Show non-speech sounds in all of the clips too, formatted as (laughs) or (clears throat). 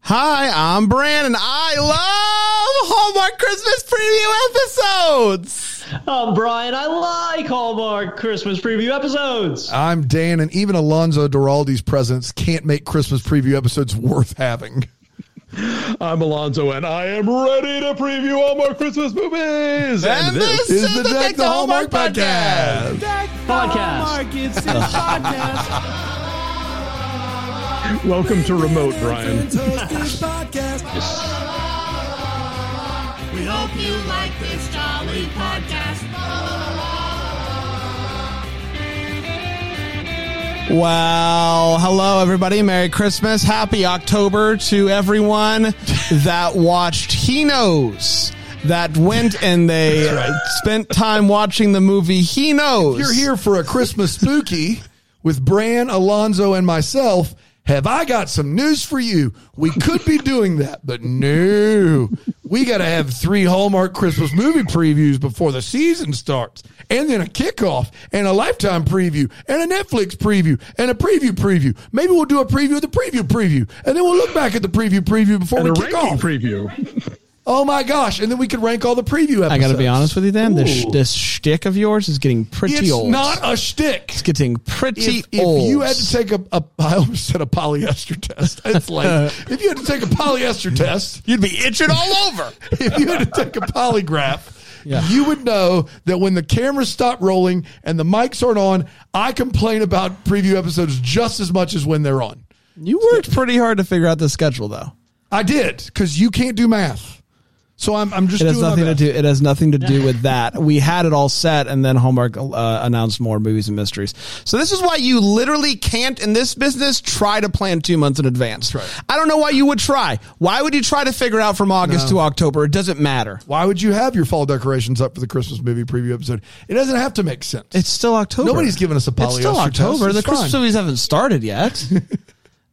Hi, I'm Bran, and I love Hallmark Christmas preview episodes. I'm Brian. I like Hallmark Christmas preview episodes. I'm Dan, and even Alonzo Duraldi's presence can't make Christmas preview episodes worth having. I'm Alonzo, and I am ready to preview all more Christmas movies. And this is the Deck the Hallmark podcast. Podcast. welcome to remote, Brian. We hope you like this jolly podcast. Well, hello everybody. Merry Christmas. Happy October to everyone that watched He Knows. That went and they spent time watching the movie He Knows. You're here for a Christmas spooky with Bran, Alonzo, and myself. Have I got some news for you? We could be doing that, but no. We got to have three Hallmark Christmas movie previews before the season starts, and then a kickoff, and a lifetime preview, and a Netflix preview, and a preview preview. Maybe we'll do a preview of the preview preview, and then we'll look back at the preview preview before And a we kick ranking off. preview. oh my gosh! And then we could rank all the preview episodes. I got to be honest with you, Dan. This Ooh. this shtick of yours is getting pretty It's old. not a shtick. it's getting pretty if, if old. you had to take a, a (laughs) I almost said a polyester test. It's (laughs) like if you had to take a polyester test, you'd be itching all over. (laughs) if you had to take a polygraph, Yeah. you would know that when the cameras stop rolling and the mics aren't on, I complain about preview episodes just as much as when they're on. You worked pretty hard to figure out the schedule, though. I did because you can't do math, so I'm I'm just It has doing my nothing to best. do. It has nothing to (laughs) do with that. We had it all set, and then Hallmark uh, announced more movies and mysteries. So this is why you literally can't in this business try to plan two months in advance. right. I don't know why you would try. Why would you try to figure out from August to October? It doesn't matter. Why would you have your fall decorations up for the Christmas movie preview episode? It doesn't have to make sense. It's still October. Nobody's giving us a It's still polyester October. test. The It's Christmas fine. movies haven't started yet. (laughs)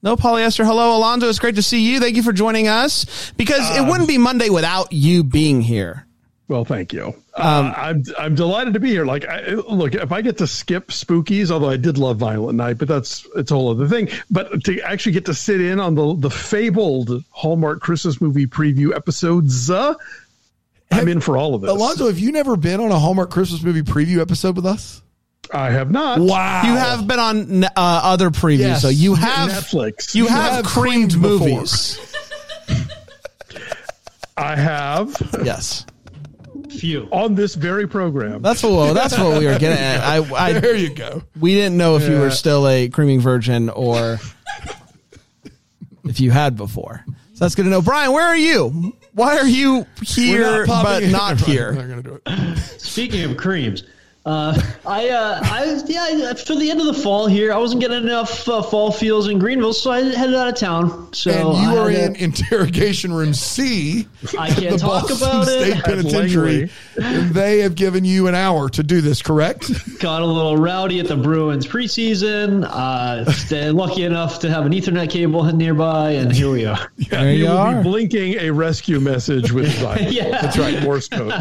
No polyester. Hello, Alonzo. It's great to see you. Thank you for joining us because it wouldn't be Monday without you being here. Well, thank you. Um, uh, I'm I'm delighted to be here. Like, I, look, if I get to skip Spookies, although I did love Violent Night, but that's it's a whole other thing. But to actually get to sit in on the the fabled Hallmark Christmas movie preview episodes, uh, I'm in for all of this. Alonzo, have you never been on a Hallmark Christmas movie preview episode with us? I have not. Wow. You have been on uh, other previews, Yes. so you have Netflix. You, You have, have creamed, creamed before. movies. I have yes, Few. on this very program. that's what well, that's what we were getting at. I, I (laughs) There you go. we didn't know if you were Yeah. still a creaming virgin or if you had before. So that's good to know. Brian, where are you? Why are you here but not (laughs) here? Speaking of creams, uh, I, uh, I, yeah, I- for the end of the fall here, I wasn't getting enough uh, fall feels in Greenville, so I headed out of town. So And I you are had in a- interrogation room C. I at can't talk about it. State At Penitentiary. And they have given you an hour to do this, correct? Got a little rowdy at the Bruins preseason. Uh, stay- (laughs) lucky enough to have an Ethernet cable nearby, and here we (laughs) are. There you You'll be are. blinking a rescue message with (laughs) Zion. Yeah. That's right, Morse code.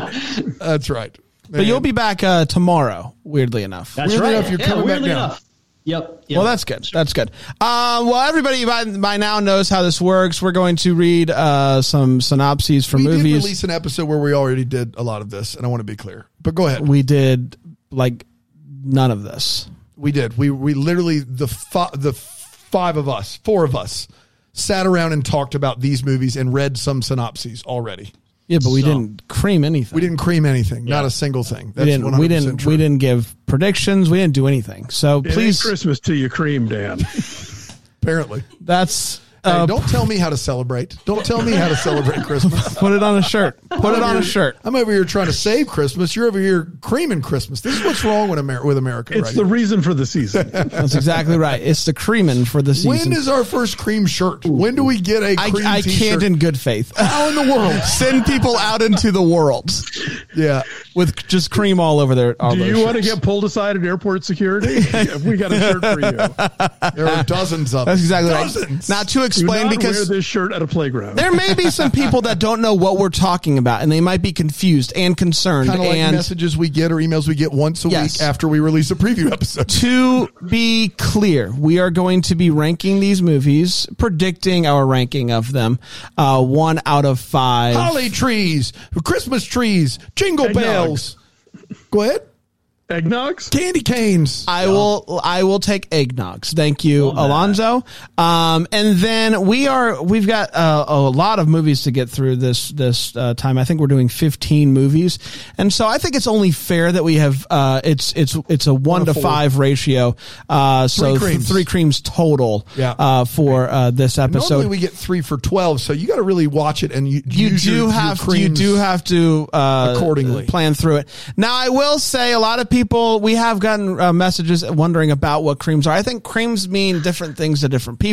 That's right. But you'll be back uh, tomorrow. Weirdly enough. That's Weirdly right. enough, you're yeah, coming back weirdly down. enough. Yep, yep. Well, that's good. That's good. Uh, well, everybody by, by now knows how this works. We're going to read uh, some synopses for We did movies. release an episode where we already did a lot of this, and I want to be clear. But go ahead. we did like none of this. We did. We we literally the fi- the five of us, four of us, sat around and talked about these movies and read some synopses already. Yeah, but we So- didn't cream anything. We didn't cream anything, not a single thing. That's We didn't. We didn't. true. We didn't give predictions. We didn't do anything. So It ain't please, Christmas to you, cream, (laughs) Dan. Apparently, that's Hey, uh, don't tell me how to celebrate. Don't tell me how to (laughs) celebrate Christmas. put it on a (laughs) shirt. Put it on a shirt. I'm over here trying to save Christmas. You're over here creaming Christmas. This is what's wrong with, Amer- with America It's right the now. reason for (laughs) the season. That's exactly right. It's the creaming for the season. When is our first cream shirt? When do we get a I, cream I t-shirt? can't in good faith. How in the world? Send people out into the world Yeah. with just cream all over their. All Do their you want to shirts. get pulled aside at (laughs) airport security? we got a shirt for you. There are dozens (laughs) of That's them. exactly Dozens. right. Not too (laughs) explain Do not wear because this shirt at a playground. there may be some people that don't know what we're talking about, and they might be confused and concerned. Kind of like and messages we get or emails we get once a Yes. week after we release a preview episode. to be clear, we are going to be ranking these movies, predicting our ranking of them, uh, one out of five. Holly trees, Christmas trees, jingle Eggnog. bells. Go ahead. Eggnogs? Candy canes. I will I will take eggnogs. Thank you, Alonzo. Um, and then we are we've got uh, a lot of movies to get through this this uh, time. I think we're doing 15 movies, and so I think it's only fair that we have uh, it's it's it's a one, to four. five ratio. Uh, so th- Three creams. three creams total. Yeah. Uh, for uh, this Normally episode. we get three for twelve, so you got to really watch it and you you use do your- your have to, you creams. do have to uh, Accordingly. plan through it. Now, I will say, a lot of people we have gotten uh, messages wondering about what creams are. I think creams mean different things to different people.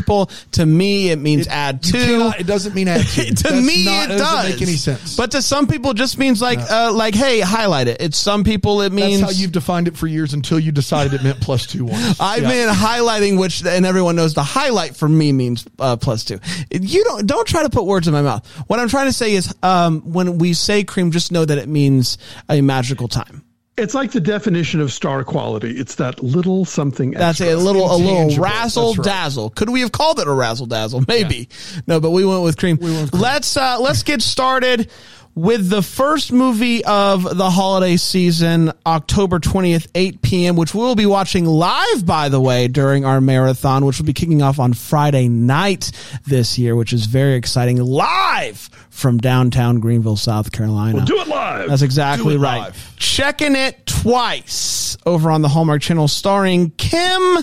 To me, it means add You to. cannot- it doesn't mean add to. (laughs) to That's me, not- it does doesn't make any sense. But to some people, it just means like, uh, like, hey, highlight it. It's some people, it that's means how you've defined it for years until you decided it meant plus (laughs) two ones. I've Yeah. been highlighting, which and everyone knows the highlight for me means uh, plus two. You don't don't try to put words in my mouth. What I'm trying to say is, um, when we say cream, just know that it means a magical time. It's like the definition of star quality. It's that little something. That's extra. a little a little Intangible. razzle That's right. dazzle. Could we have called it a razzle dazzle? Maybe no, but we went with cream. Let's uh, let's get started. With the first movie of the holiday season, October 20th, 8 p.m., which we'll be watching live, by the way, during our marathon, which will be kicking off on Friday night this year, which is very exciting. Live from downtown Greenville, South Carolina. Do it live. That's exactly Do it right. live. Checking it twice over on the Hallmark Channel, starring Kim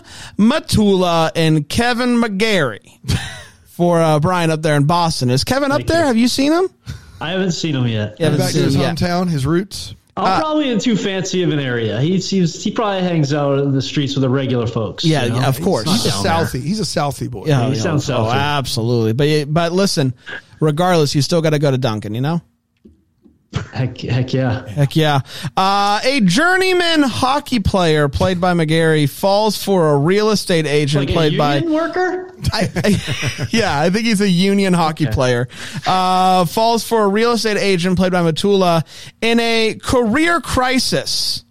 Matula and Kevin McGarry. For uh, Brian up there in Boston, is Kevin up Thank there? you. Have you seen him? I haven't seen him yet. Yeah, but- back to his Yeah. hometown, his roots. I'm Uh, probably in too fancy of an area. He seems he probably hangs out in the streets with the regular folks. Yeah, yeah, of course. He's He's a not down Southie. He's a Southie boy. he sounds oh, selfish. absolutely. But but listen, regardless, you still got to go to Duncan. You know. there. Heck, heck yeah. Heck yeah. Uh, a journeyman hockey player played by McGarry falls for a real estate agent Like a played by union worker? I, I- yeah, I think he's a union hockey player. Uh, falls for a real estate agent played by Matula in a career crisis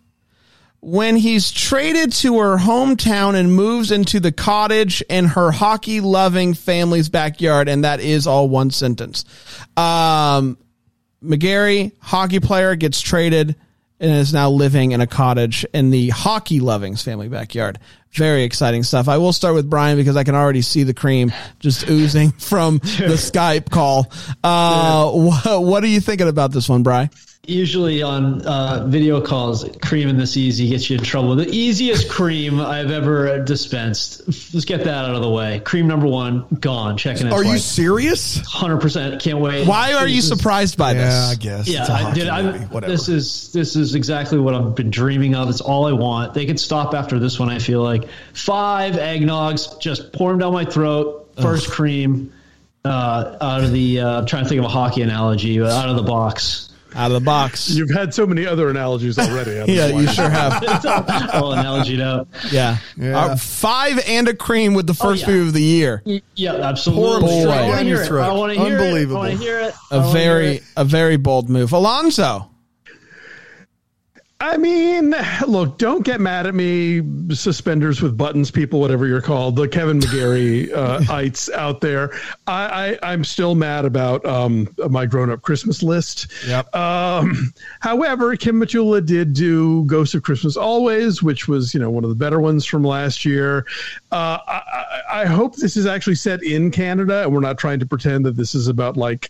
when he's traded to her hometown and moves into the cottage in her hockey loving family's backyard. And that is all one sentence. Um, McGarry, hockey player, gets traded and is now living in a cottage in the hockey loving's family backyard. Very exciting stuff. I will start with Brian because I can already see the cream just oozing (laughs) from the Skype call. Uh, wha- what are you thinking about this one, Brian? usually on uh, video calls, cream and this easy gets you in trouble. The easiest cream I've ever dispensed. Let's get that out of the way. Cream number one, gone. Checking it. Are you twice. serious? Hundred percent. Can't wait. Why are you This is- surprised by this? Yeah, I guess. Yeah, it's a I hockey did. movie. I'm, Whatever. this is this is exactly what I've been dreaming of. It's all I want. They could stop after this one. I feel like five eggnogs. Just pour them down my throat. First cream uh, out of the. Uh, I'm trying to think of a hockey analogy, but out of the box. Out of the box. You've had so many other analogies already. I (laughs) don't yeah, know why. you sure (laughs) have. all analogied out. Yeah. Yeah. Uh, five and a cream with the first Oh, yeah. movie of the year. Yeah, absolutely. Pour 'em I straight want down to hear your it. throat. I want to hear it. I Unbelievable. want to hear it. Oh, I A wanna hear very, it. a very bold move. Alonzo. I mean, look, don't get mad at me, suspenders with buttons, people, whatever you're called, the Kevin McGarry uh, ites out there. I, I, I'm still mad about um, my grown up Christmas list. Yep. Um, however, Kim Matula did do Ghost of Christmas Always, which was, you know, one of the better ones from last year. Uh, I, I, I hope this is actually set in Canada and we're not trying to pretend that this is about like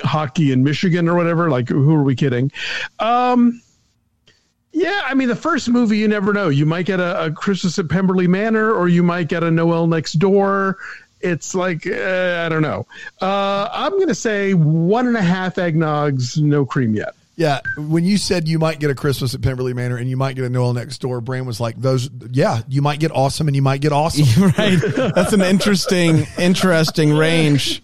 hockey in Michigan or whatever. Like, who are we kidding? Um, yeah, I mean, the first movie, you never know. You might get a, a Christmas at Pemberley Manor or you might get a Noel Next Door. It's like, uh, I don't know. Uh, I'm going to say one and a half eggnogs, no cream yet. Yeah, when you said you might get a Christmas at Pemberley Manor and you might get a Noel next door, Bran was like, "Those, yeah, you might get awesome and you might get (laughs) awesome." (laughs) right. That's an interesting, interesting range.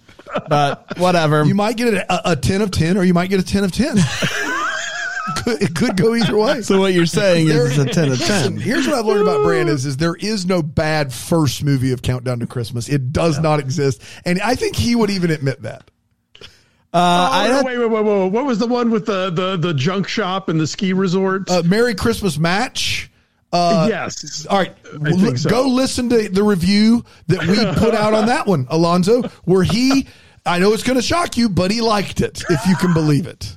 But whatever. You might get a, a, a ten of ten, or you might get a ten of ten. (laughs) could, it could go either way. So what you're saying is it's a ten of Listen, ten. here's what I've learned about Brand is, is there is no bad first movie of Countdown to Christmas. It does not exist. And I think he would even admit that. Uh, Oh, I no, had- wait, wait, wait, wait, wait. What was the one with the, the, the junk shop and the ski resort? Uh, Merry Christmas match. Uh, yes. All right, I think so. go listen to the review that we put out on that one, Alonzo, where he, I know it's going to shock you, but he liked it, if you can believe it.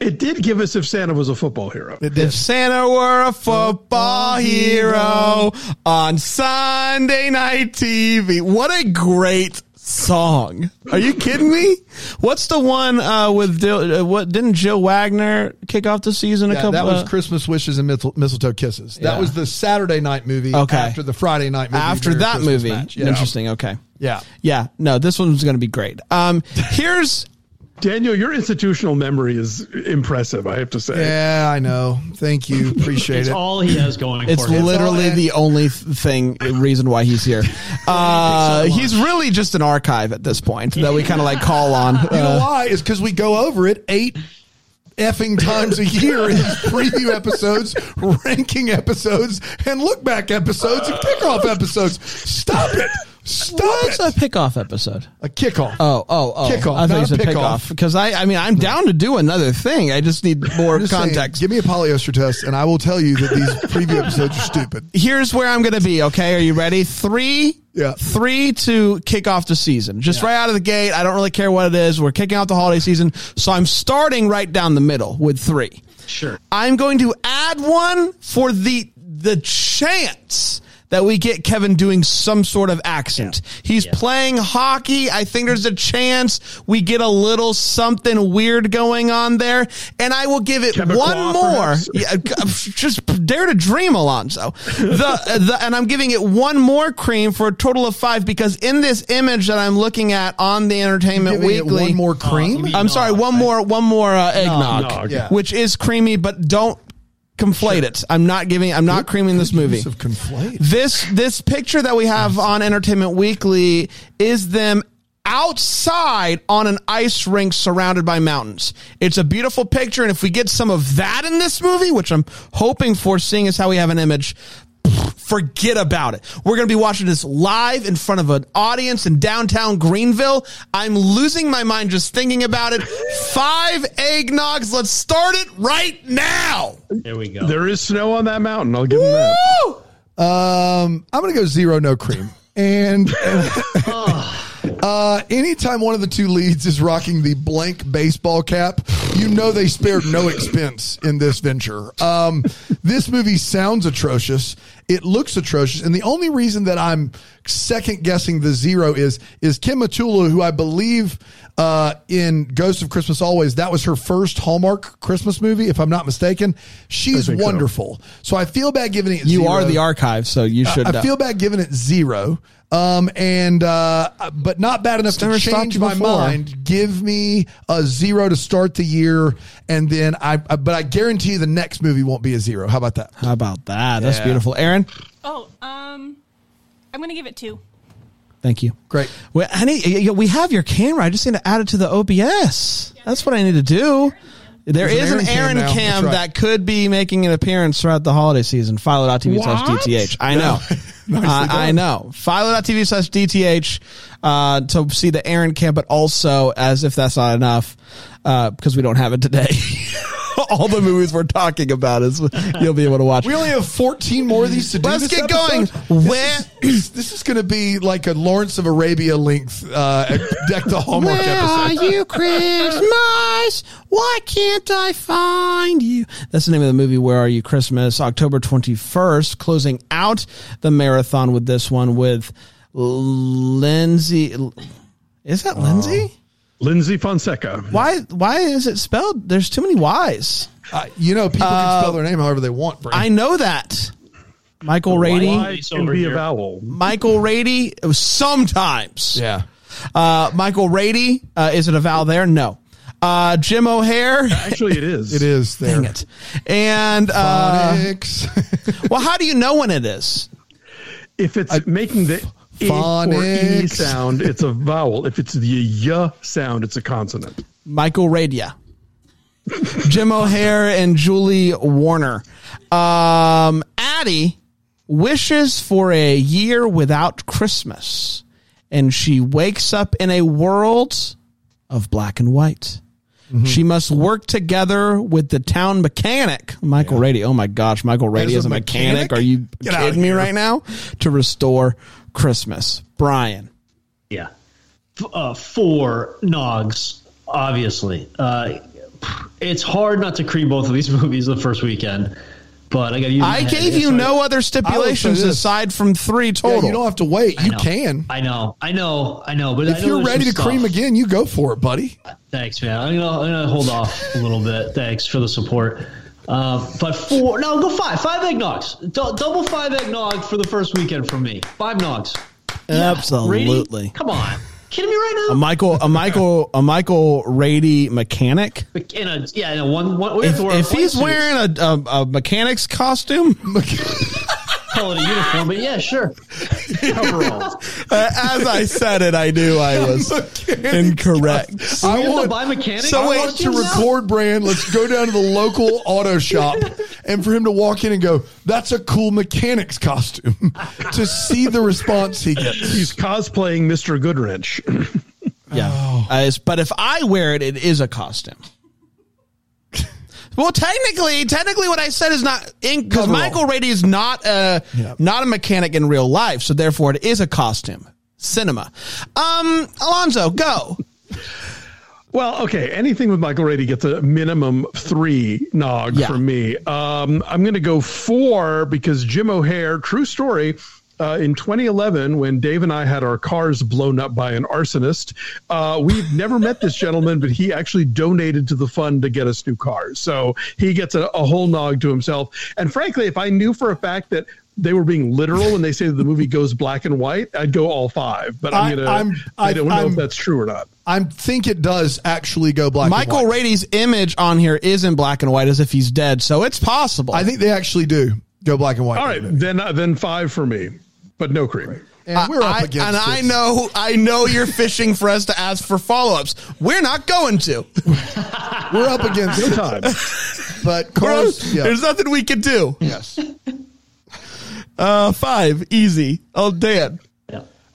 It did give us if Santa was a football hero. It If did. Santa were a football hero on Sunday night TV, what a great song! Are you kidding me? What's the one uh, with Dil- uh, what? Didn't Joe Wagner kick off the season a Yeah, couple? that was uh, Christmas Wishes and Mistle- Mistletoe Kisses. That Yeah. was the Saturday night movie Okay. after the Friday night movie. after Merry that Christmas movie. match. Yeah. Interesting. Okay. Yeah. Yeah. No, this one's going to be great. Um, here's Daniel, your institutional memory is impressive, I have to say. Yeah, I know. (laughs) Thank you. Appreciate It's it. all he has going It's for him. literally all- the only th- thing reason why he's (laughs) here. Uh, he's really just an archive at this point that we kind of like call on. (laughs) You know Uh, why? Is because we go over it eight effing times a year in these (laughs) preview episodes, ranking episodes, and look back episodes and kickoff episodes. Stop it! Stop what's a it! pickoff episode? A kickoff. Oh, oh, oh! Kickoff, I not thought you a said pickoff. pickoff because I, I mean, I'm down to do another thing. I just need more Just saying, context. give me a polyester test, and I will tell you that these preview episodes are stupid. Here's where I'm going to be. Okay, are you ready? Three, Yeah. three to kick off the season. Just right out of the gate. I don't really care what it is. We're kicking off the holiday season, so I'm starting right down the middle with three. Sure. I'm going to add one for the the chance that we get Kevin doing some sort of accent. He's playing hockey. I think there's a chance we get a little something weird going on there. And I will give it Quebecois, one more. perhaps? Yeah, (laughs) g- just dare to dream, Alonso. The, the and I'm giving it one more cream for a total of five because in this image that I'm looking at on (laughs) the Entertainment Giving it Weekly, uh, one more cream. you mean- I'm sorry, Nog, one right? more, one more uh, eggnog, Nog. eh? Yeah. which is creamy, but don't conflate it. I'm not giving, I'm not creaming this movie. Use of conflate. This this picture that we have on Entertainment Weekly is them outside on an ice rink surrounded by mountains. It's a beautiful picture, and if we get some of that in this movie, which I'm hoping for, seeing as how we have an image. Forget about it. We're going to be watching this live in front of an audience in downtown Greenville. I'm losing my mind just thinking about it. Five eggnogs. Let's start it right now. There we go. There is snow on that mountain. I'll give him that. Woo! Um, I'm gonna go zero, no cream, and. (laughs) Uh, anytime one of the two leads is rocking the blank baseball cap, you know they spared no expense in this venture. Um, this movie sounds atrocious. It looks atrocious, and the only reason that I'm second guessing the zero is is Kim Matula, who I believe uh, in Ghost of Christmas Always, that was her first Hallmark Christmas movie, if I'm not mistaken. She's think so. wonderful, so. I feel bad giving it. You are zero. the archive, so you should. uh, I know. feel bad giving it zero. Um, and uh, but not bad enough to never stopped change you my before. mind. Give me a zero to start the year, and then I. I- But I guarantee you the next movie won't be a zero. How about that? How about that? That's beautiful. Aaron, Oh, um, I'm gonna give it two. thank you. Great. Well, honey, y- y- we have your camera. I just need to add it to the OBS. That's what I need to do. There There's is an an Aaron Aaron cam now. cam, That's right. that could be making an appearance throughout the holiday season. Philo.tv slash DTH. I (laughs) know. I, I know. Philo.tv slash DTH uh, to see the Aaron cam, but also, as if that's not enough, uh, because we don't have it today. (laughs) All the movies we're talking about is you'll be able to watch. We only have fourteen more of these to do. Let's this get episode. going. This Where- is, this is going to be like a Lawrence of Arabia length uh, deck the Hallmark episode. are you, Christmas? Why can't I find you? That's the name of the movie, Where Are You, Christmas? October 21st, closing out the marathon with this one with Lindsay. Is that Lindsay? Oh. Lindsay Fonseca. Why, why is it spelled? There's too many Y's. Uh, you know, people can spell their Uh, name however they want. Brandon. I know that. Michael Rady. Why He's can over be a here. vowel? (laughs) Michael Rady. uh, Sometimes. yeah. Uh, Michael Rady. Uh, is it a vowel there? No. Uh, Jim (laughs) O'Hare. Actually, it is. It is there. Dang it. And, uh, (laughs) Phonics. well, how do you know when it is? If it's making the e or e phonics. sound, it's a vowel. If it's the y sound, it's a consonant. Michael Radia. Jim O'Hare and Julie Warner. Um, Addie wishes for a year without Christmas, and she wakes up in a world of black and white. Mm-hmm. She must work together with the town mechanic, Michael Rady. Oh my gosh, Michael Rady As a is a mechanic? mechanic? Are you Get out of kidding me here. right now? To restore Christmas. Brian. Yeah. F- uh, four Nogs, obviously. Uh, it's hard not to cream both of these (laughs) movies the first weekend, but I got to use. my I head. gave you So I- no other stipulations this. aside from three Yeah, total. you don't have to wait. You I know. can. I know. I know. I know. But I If know you're there's ready to some cream stuff. again, you go for it, buddy. Thanks, man. I'm gonna, I'm gonna hold off a (laughs) little bit. Thanks for the support. Uh, but four, no, go five, five eggnogs, D- double five eggnog for the first weekend from me. Five nogs. Brady, Absolutely. come on, kidding me right A now? Michael, a Michael, a Michael Rady mechanic. In a yeah, in a one, one we have If, to wear if white he's suits. wearing a, a, a mechanic's costume, (laughs) call it a uniform, but yeah, (laughs) sure. Overall, uh, as I said it, I knew (laughs) I was incorrect. we I have to want, buy mechanic. I want to record brand. Let's go down to (laughs) the local auto shop and for him to walk in and go, that's a cool mechanic's costume (laughs) to see the response he gets. He's cosplaying Mr. Goodwrench. Yeah, Oh. Uh, but if I wear it, it is a costume. Well, technically, technically, what I said is not in because Coverall. Michael Rady is not a not a mechanic in real life, so therefore it is a costume. Cinema. Um, Alonzo, (laughs) go. Well, okay. Anything with Michael Rady gets a minimum three nog Yeah. from me. Um, I'm going to go four because Jim O'Hare, true story. Uh, in 2011, when Dave and I had our cars blown up by an arsonist, uh, we've never met this gentleman, but he actually donated to the fund to get us new cars. So he gets a, a whole nog to himself. And frankly, if I knew for a fact that they were being literal when they say that the movie goes black and white, I'd go all five. But I- I'm gonna, I'm- I don't know I'm- if that's true or not. I think it does actually go black. and Michael white. Rady's image on here is in black and white as if he's dead, so it's possible. I think they actually do go black and white. All right, then uh, then five for me, but no cream. And we're up I- against and I it. know, I know you're fishing for us to ask for follow-ups. We're not going to. We're up against it. (laughs) Time. But Bro, cars, yeah. There's nothing we can do. yes. Uh, five, easy. Oh, Dan.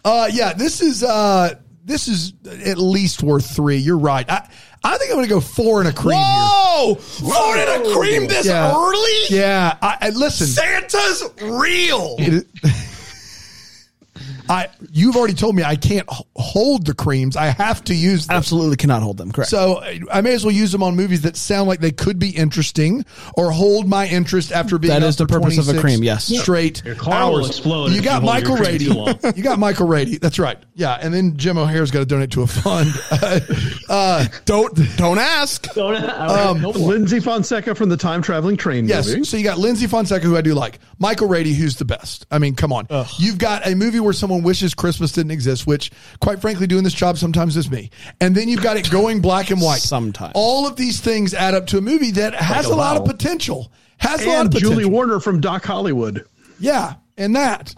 Uh, yeah, this is uh, this is at least worth three. You're right. I, I think I'm gonna go four and a cream Whoa! Four and a cream this here. Oh! Yeah. early? Yeah. I, I- listen. Santa's real. it- I you've already told me I can't h- hold the creams. I have to use them. Absolutely cannot hold them. Correct. So I- I may as well use them on movies that sound like they could be interesting or hold my interest after being That up is the for purpose of a 26 cream, yes. Yeah. straight Your car will hours. explode if You you got hold your Michael cream Rady. too long. you got Michael Rady. That's right. Yeah, and then Jim O'Hare's got to donate to a fund. (laughs) uh, don't don't ask. Don't, I Um, don't know. Lindsay Fonseca from the time traveling train Yes. movie. So you got Lindsay Fonseca, who I do like. Michael Rady, who's the best. I mean, come on. You've got a movie where someone wishes Christmas didn't exist, which, quite frankly, doing this job sometimes is me. And then you've got it going black and white. Sometimes. All of these things add up to a movie that has a, a lot of bottle. potential. Has a lot of and potential. Julie Warner from Doc Hollywood. yeah. And (laughs) that.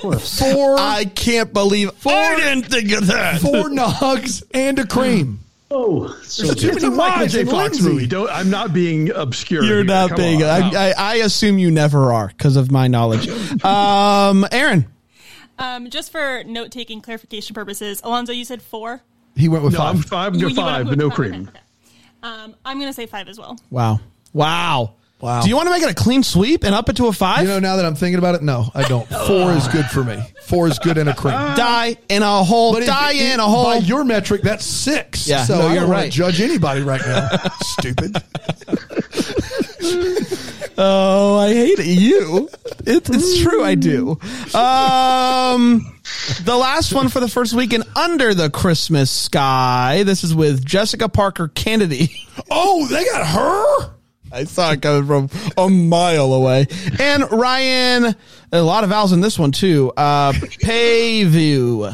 four, four, I can't believe I didn't think of that. four nogs and a cream. Oh, so There's too good. It's a many Michael wives J. and Fox Lindsay. movie. Don't, I'm not being obscure. You're here. not Come big. on. No. I, I, I assume you never are because of my knowledge. um, Aaron. Um, just for note taking clarification purposes, Alonzo, you said four. He went with no, five. I'm five. You- You're you went five, up but with no five, cream. okay. Um, I'm gonna say five as well. Wow. Wow. Wow. Do you want to make it a clean sweep and up it to a five? you know, now that I'm thinking about it, no, I (laughs) don't. Four is good for me. Four is good and a cream. die in a hole. But if- die if- in a hole. By your metric, that's six. Yeah, so no, I you're don't want right. to judge anybody right (laughs) now. Stupid. oh, I hate you. It, it's true. I do. Um, the last one for the first weekend under the Christmas sky. This is with Jessica Parker Kennedy. (laughs) Oh, they got her. I saw it coming from a mile away. And Ryan, a lot of vowels in this one too. Uh, pay view,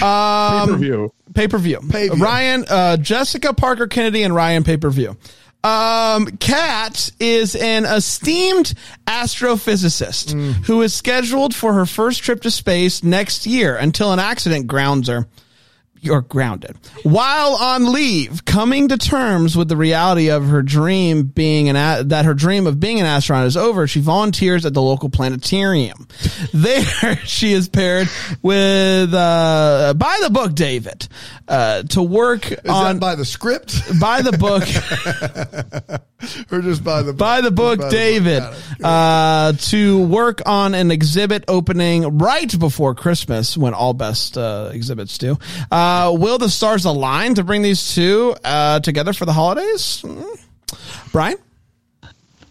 Um, Review. pay per view. Pay-view. Ryan, uh, Jessica Parker Kennedy, and Ryan pay per view. Um, Kat is an esteemed astrophysicist who is scheduled for her first trip to space next year until an accident grounds her. you're grounded. While on leave, coming to terms with the reality of her dream being an a- that her dream of being an astronaut is over, she volunteers at the local planetarium. (laughs) There, she is paired with uh, by the book David uh, to work on that by the script (laughs) by the book or just by the by the book By the book, David got it. uh, to work on an exhibit opening right before Christmas when all best uh, exhibits do. Uh, will the stars align to bring these two uh, together for the holidays? Mm. Brian?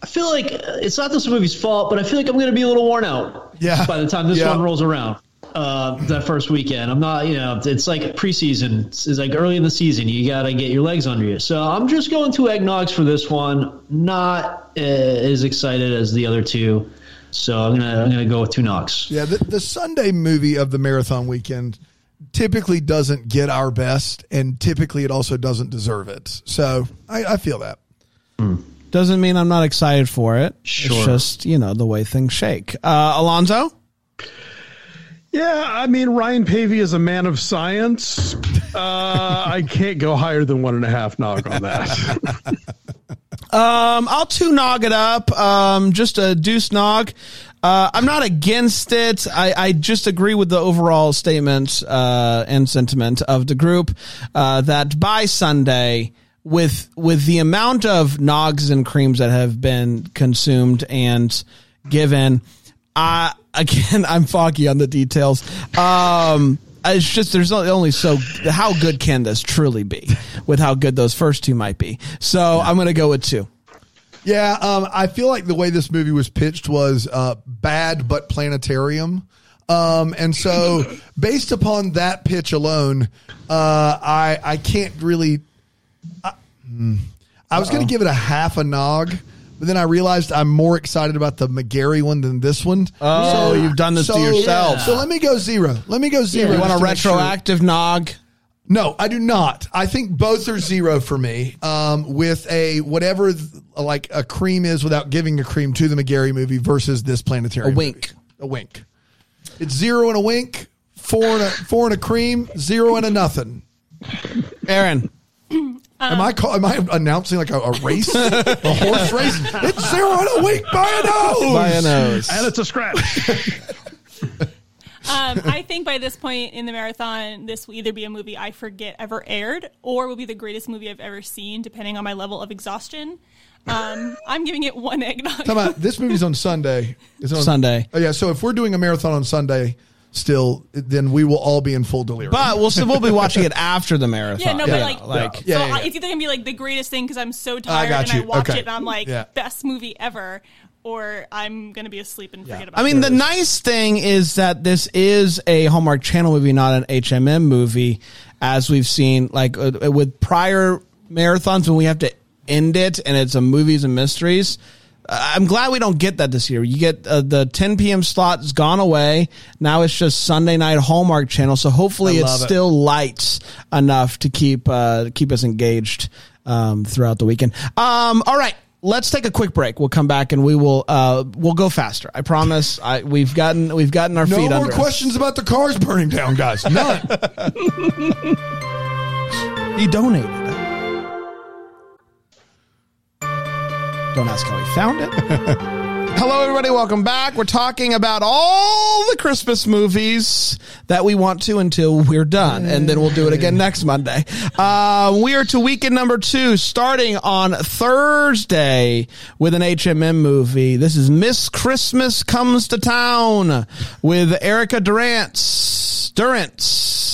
I feel like uh, it's not this movie's fault, but I feel like I'm going to be a little worn out. Yeah. By the time this Yeah. one rolls around, uh, that first weekend, I'm not. You know, it's like preseason. It's, it's like early in the season. You got to get your legs under you. So I'm just going two eggnogs for this one. Not uh, as excited as the other two. So I'm gonna I'm gonna go with two knocks. Yeah, the, the Sunday movie of the marathon weekend typically doesn't get our best, and typically it also doesn't deserve it. So I, I feel that. Doesn't mean I'm not excited for it. It's Sure. just, you know, the way things shake. Uh, Alonzo? Yeah, I mean Ryan Pavey is a man of (laughs) science. Uh, I can't go higher than one and a half knock on that. (laughs) Um, I'll two nog it up. Um, just a deuce nog. Uh, I'm not against it. I, I just agree with the overall statement uh, and sentiment of the group uh, that by Sunday, with with the amount of nogs and creams that have been consumed and given, I (laughs) again I'm foggy on the details. Um, it's just there's only so how good can this truly be with how good those first two might be. So I'm gonna go with two. Yeah, um, I feel like the way this movie was pitched was uh, bad but planetarium. Um, and so, based upon that pitch alone, uh, I I can't really. I, hmm. I was going to give it a half a nog, but then I realized I'm more excited about the McGarry one than this one. Oh, you've done this to yourself. So let me go zero. Let me go zero. You want just a to make sure. retroactive nog? No, I do not. I think both are zero for me. Um, with a whatever th- like a cream is without giving a cream to the McGarry movie versus this planetarium. A wink. movie. A wink. It's zero and a wink, four and a four and a cream, zero and a nothing. Aaron. am I call, am I announcing like a, a race, a horse race? It's zero and a wink by a nose. By a nose. and it's a scratch. Um, I think by this point in the marathon, this will either be a movie I forget ever aired or will be the greatest movie I've ever seen, depending on my level of exhaustion. Um, I'm giving it one eggnog. Come on, this movie's on Sunday. Is it on Sunday. Oh yeah. So if we're doing a marathon on Sunday, still, then we will all be in full delirium. But we'll so we'll be watching it after the marathon. Yeah, no, but like, like Yeah, so yeah, yeah. I- it's either gonna be like the greatest thing because I'm so I tired got and you. I watch Okay. it and I'm like Yeah. best movie ever, or I'm gonna be asleep and forget about. I mean, the nice thing is that this is a Hallmark Channel movie, not an HMM movie, as we've seen like uh, with prior marathons when we have to end it and it's a movies and mysteries. Uh, I'm glad we don't get that this year. You get uh, the 10 p.m. slot has gone away. Now it's just Sunday night Hallmark Channel. So hopefully I it's love it. still lights enough to keep uh, keep us engaged um, throughout the weekend. Um, all right, let's take a quick break. We'll come back and we will uh, we'll go faster. I promise. I we've gotten we've gotten our No feet more under. us. questions about the cars burning down, guys. None. You donated. Don't ask how we found it. (laughs) Hello, everybody. Welcome back. We're talking about all the Christmas movies that we want to until we're done, and then we'll do it again next Monday. Uh, we are to weekend number two, starting on Thursday with an HMM movie. This is Miss Christmas Comes to Town with Erica Durant. Durant.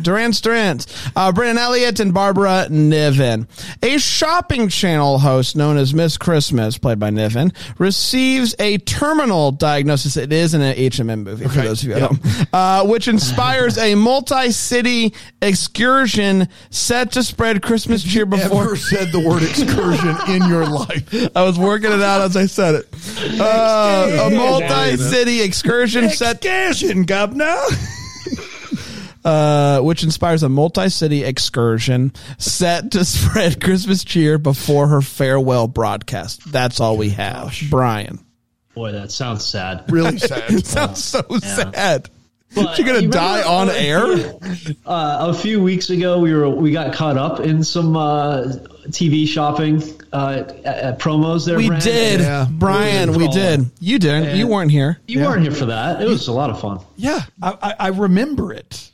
Durant Durant, uh, Brennan Elliott, and Barbara Niven. A shopping channel host known as Miss Christmas, played by Niven, receives a terminal diagnosis. It is an HMM movie for those of you at home, uh, which inspires a multi-city excursion set to spread Christmas cheer before. Ever said the word excursion in your life? I was working it out as I said it. Uh, a multi-city excursion set Excursion, governor. (laughs) uh, which inspires a multi-city excursion set to (laughs) spread Christmas cheer before her farewell broadcast. That's all we have. Brian. Boy, that sounds sad. (laughs) Really sad. Sounds so Yeah. sad. But You're gonna you remember- die on (laughs) air. Uh, a few weeks ago, we were we got caught up in some uh, TV shopping uh, at, at promos. There, We Brad. did, Yeah. Brian. We did. You didn't. you weren't here. You weren't here for that. It was a lot of fun. Yeah, I, I, I remember it.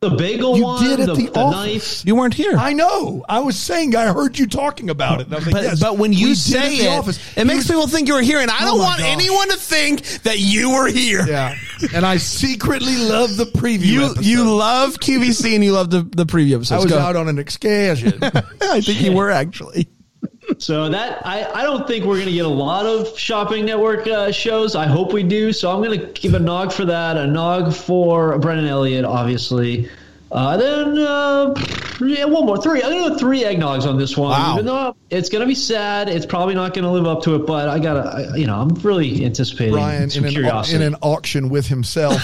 The bagel You one, did at the, the the office. knife. You weren't here. I know. I was saying I heard you talking about it. and I was like, but, yes, but when we you did say at the it, office, it makes people think you Oh were here, and I don't my want gosh. anyone to think that you were here. yeah. And I secretly love the preview. You episode. you love QVC and you love the, the preview episodes. I was Go. out on an (laughs) excursion. (laughs) I think you were actually. So that I, I don't think we're gonna get a lot of shopping network uh, shows. I hope we do. So I'm gonna give a nog for that, a nog for Brennan Elliott, obviously. Uh, then uh, yeah, one more three. I'm gonna go three eggnogs on this one. Wow. Even though it's gonna be sad, it's probably not gonna live up to it. But I gotta, I, you know, I'm really anticipating Brian some in an, au- curiosity. in an auction with (laughs) himself.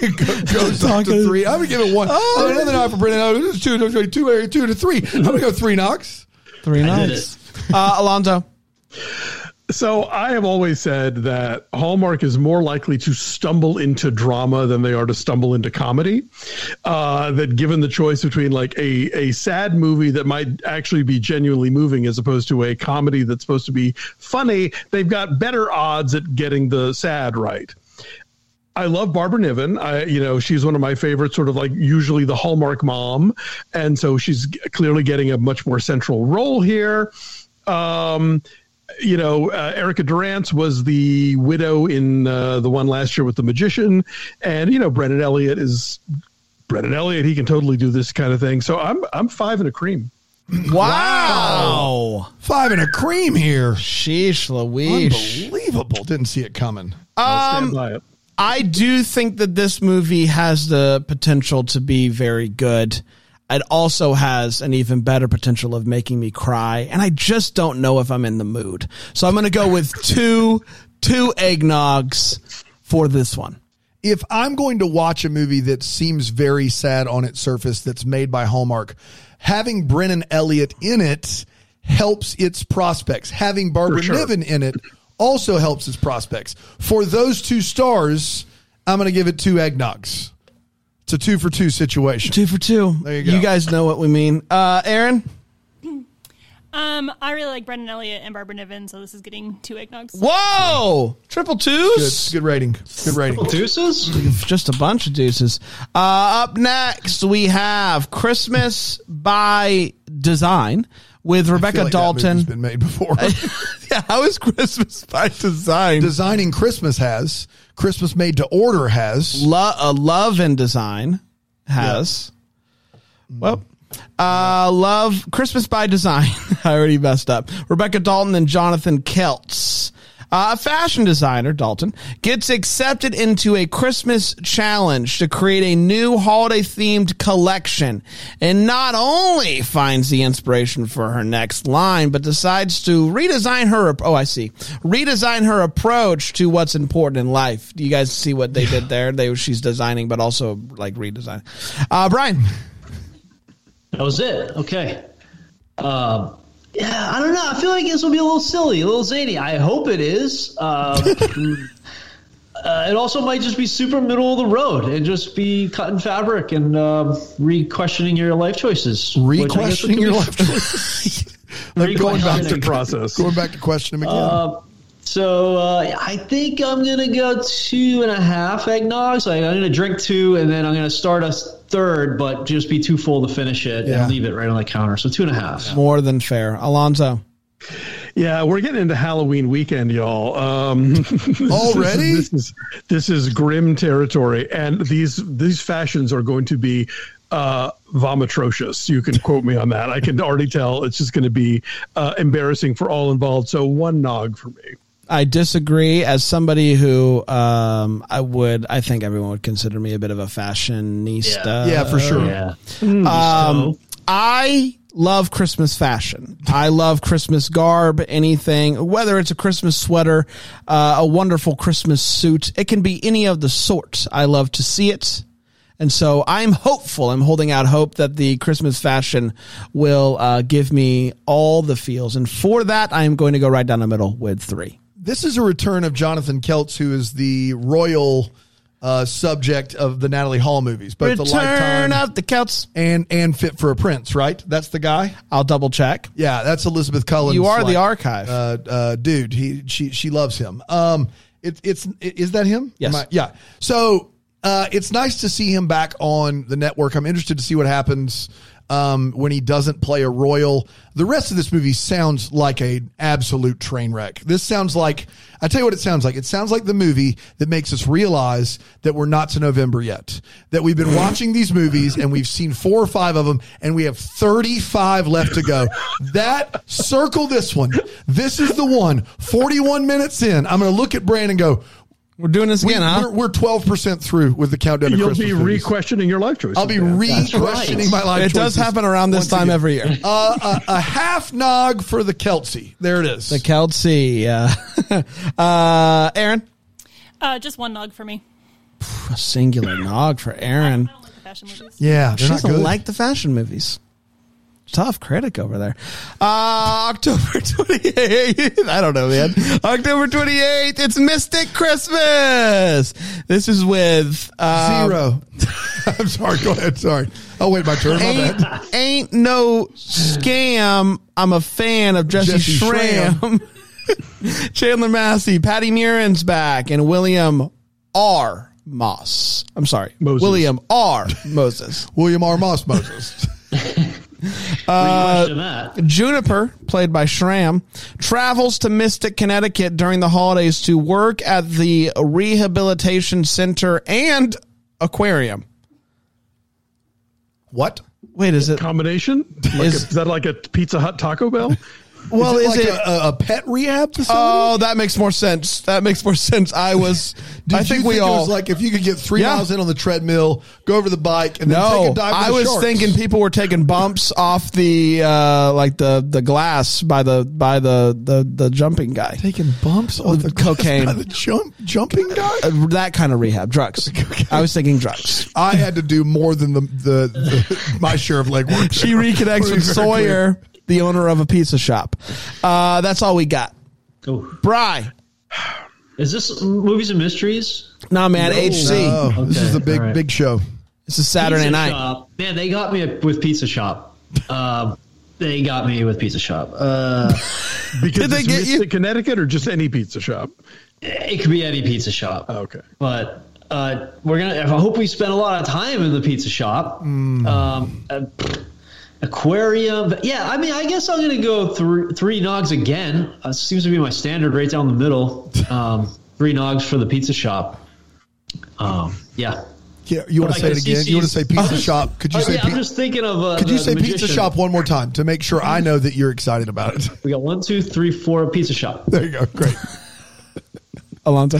Go- goes up to three. I'm gonna give it one. Oh, another knock for Brendan. Oh, this is two, two, two, two to three. I'm gonna go three knocks. Three did nights. Uh, Alonzo. So I have always said that Hallmark is more likely to stumble into drama than they are to stumble into comedy. Uh, that given the choice between like a a sad movie that might actually be genuinely moving as opposed to a comedy that's supposed to be funny, they've got better odds at getting the sad right. I love Barbara Niven. I, you know, she's one of my favorite, sort of like usually the hallmark mom, and so she's clearly getting a much more central role here. Um, you know, uh, Erica Durant was the widow in uh, the one last year with the magician, and you know, Brendan Elliott is Brendan Elliott. He can totally do this kind of thing. So I'm I'm five and a cream. Wow. Five and a cream here. Sheesh Louise. Unbelievable. Didn't see it coming. Uh, I'll Um, stand by it. I do think that this movie has the potential to be very good. It also has an even better potential of making me cry, and I just don't know if I'm in the mood. So I'm going to go with two two eggnogs for this one. if I'm going to watch a movie that seems very sad on its surface that's made by Hallmark, having Brennan Elliott in it helps its prospects. Having Barbara sure. Niven in it also helps its prospects. For those two stars, I'm going to give it two eggnogs. It's a two for two situation. Two for two. There you go. You guys know what we mean. Uh, Aaron, Um, I really like Brendan Elliott and Barbara Niven, so this is getting two eggnogs. whoa, triple Good, twos, good rating. Good rating. Deuces? (laughs) just a bunch of deuces. Uh, up next, we have Christmas by Design with Rebecca I feel like that Dalton. movie's been made before. (laughs) yeah, how is Christmas by design? Designing Christmas has. Christmas made to order has. Lo- a love and design has. Well, uh, love Christmas by design. (laughs) I already messed up. Rebecca Dalton and Jonathan Keltz. Uh, a fashion designer, Dalton, gets accepted into a Christmas challenge to create a new holiday themed collection and not only finds the inspiration for her next line, but decides to redesign her. Oh, I see. Redesign her approach to what's important in life. Do you guys see what they did there? They, she's designing, but also like redesign. Uh, Brian. That was it. Okay. Um, yeah, I don't know. I feel like this will be a little silly, a little zany. I hope it is. (laughs) Um, uh, it also might just be super middle of the road and just be cutting fabric and um, re-questioning your life choices. which I guess Re-questioning we your can- life choices. like going back It's a to process. going back to question him again. Um, Um, So uh, I think I'm gonna go two and a half eggnogs. I, I'm gonna drink two, and then I'm gonna start a third, but just be too full to finish it Yeah. and leave it right on the counter. So two and a half. More than fair. Alonzo. Yeah, we're getting into Halloween weekend, y'all. Um, (laughs) this is- Already? this is this is grim territory, and these these fashions are going to be uh, vomitrocious. You can quote me on that. I can already tell it's just going to be uh, embarrassing for all involved. So one nog for me. I disagree. As somebody who um, I would, I think everyone would consider me a bit of a fashionista. yeah, for sure. Yeah. Um, I love Christmas fashion. I love Christmas garb, anything, whether it's a Christmas sweater, uh, a wonderful Christmas suit. It can be any of the sort. I love to see it. And so I'm hopeful. I'm holding out hope that the Christmas fashion will uh, give me all the feels. And for that, I am going to go right down the middle with three. This is a return of Jonathan Keltz, who is the royal uh, subject of the Natalie Hall movies, both the Lifetime Return of the Celts. and and Fit for a Prince. Right? That's the guy. I'll double check. Yeah, that's Elizabeth Cullen. You are the archive. uh, uh, dude. He she she loves him. Um, it, it's it, is that him? Yes. Am I- yeah. So uh, it's nice to see him back on the network. I'm interested to see what happens um, when he doesn't play a royal. The rest of this movie sounds like an absolute train wreck. This sounds like I tell you what it sounds like. It sounds like the movie that makes us realize that we're not to November yet. That we've been watching these movies and we've seen four or five of them, and we have 35 left to go. That circle this one. This is the one. 41 minutes in. I'm going to look at Brandon and go. We're doing this We, again, huh? are we're 12% through with the countdown to You'll Christmas. be movies. re-questioning your life choices. I'll be man. re-questioning my life It does choices. happen around this time every (laughs) year. Uh, a, a half nog for the Kelsey. There it is. The Kelsey. Uh, (laughs) uh, Aaron. Uh, just one nog for me. A (clears throat) singular nog for Aaron. I don't like the fashion movies. yeah, She they're not doesn't good. like the fashion movies. Tough critic over there. Uh, October (laughs) 28th. I don't know, man. October 28th. It's Mystic Christmas. This is with uh, Zero. Um, (laughs) I'm sorry. Go ahead. Sorry. Oh wait, my turn. My Ain't, bad. (laughs) ain't no scam. I'm a fan of Jesse, Jesse Schramm. (laughs) Chandler Massey, Patty Murin's back, and William R. Moss. I'm sorry, Moses. William R. Moses. William R. Moss Moses. (laughs) Question that. Juniper, played by Schramm, travels to Mystic, Connecticut during the holidays to work at the rehabilitation center and aquarium. What? Wait, is it? combination. Like Is- a- is that like a Pizza Hut Taco (laughs) Bell? Well, Is is it it? like a, a pet rehab facility? Oh, that makes more sense. That makes more sense. I was. Did I you think we it all. was like if you could get three Yeah. miles in on the treadmill, go over the bike, and then take no, a dive. with I the was sharks. thinking people were taking bumps off the uh, like the the glass by the by the the, the jumping guy. taking bumps on the Cocaine. by (laughs) the jump jumping guy. Uh, that kind of rehab drugs. I was thinking drugs. I had to do more than the the, the my share of (laughs) legwork. She reconnects with Very clear. Sawyer, the owner of a pizza shop. Uh, that's all we got. Oh. Bry, Is this movies and mysteries? nah, man, HC. Oh, this Okay, is the big all right. big show. It's a Saturday Pizza night. Shop. Man, they got me with Pizza Shop. Uh, they got me with Pizza Shop. Uh, Because Did they it's get you- Mystic, Connecticut, or just any pizza shop? it could be any pizza shop. Oh, Okay. But uh, we're gonna. I hope we spend a lot of time in the pizza shop. Hmm. Um, uh, pfft, aquarium. But yeah, I mean, I guess I'm gonna go three three nogs again. Uh, seems to be my standard, right down the middle. Um, three nogs for the pizza shop. Um, yeah. Yeah, you want Like to say a it again? CC's You want to say pizza shop? Could you Oh, say yeah, pi- I'm just thinking of. Uh, Could you say pizza magician. shop one more time to make sure I know that you're excited about it? (laughs) We got one, two, three, four. Pizza shop. There you go. Great. Alonzo.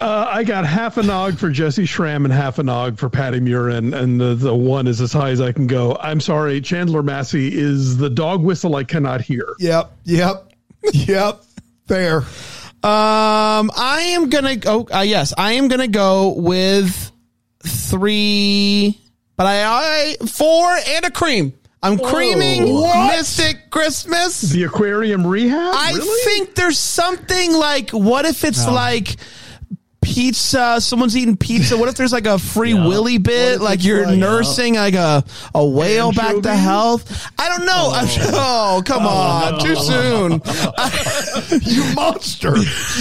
Uh, I got half a nog for Jesse Schramm and half a nog for Patty Murin, and the, the one is as high as I can go. I'm sorry, Chandler Massey is the dog whistle I cannot hear. Yep. Yep. Yep. There. Um, I am gonna go. uh, yes, I am gonna go with three, but I, I four and a cream. I'm creaming Mystic Christmas. The aquarium rehab? I Really? think there's something like what if it's like pizza someone's eating pizza what if there's like a free willy bit like you're nursing like a a whale back to health i don't know (laughs) oh, come on too soon (laughs) You monster.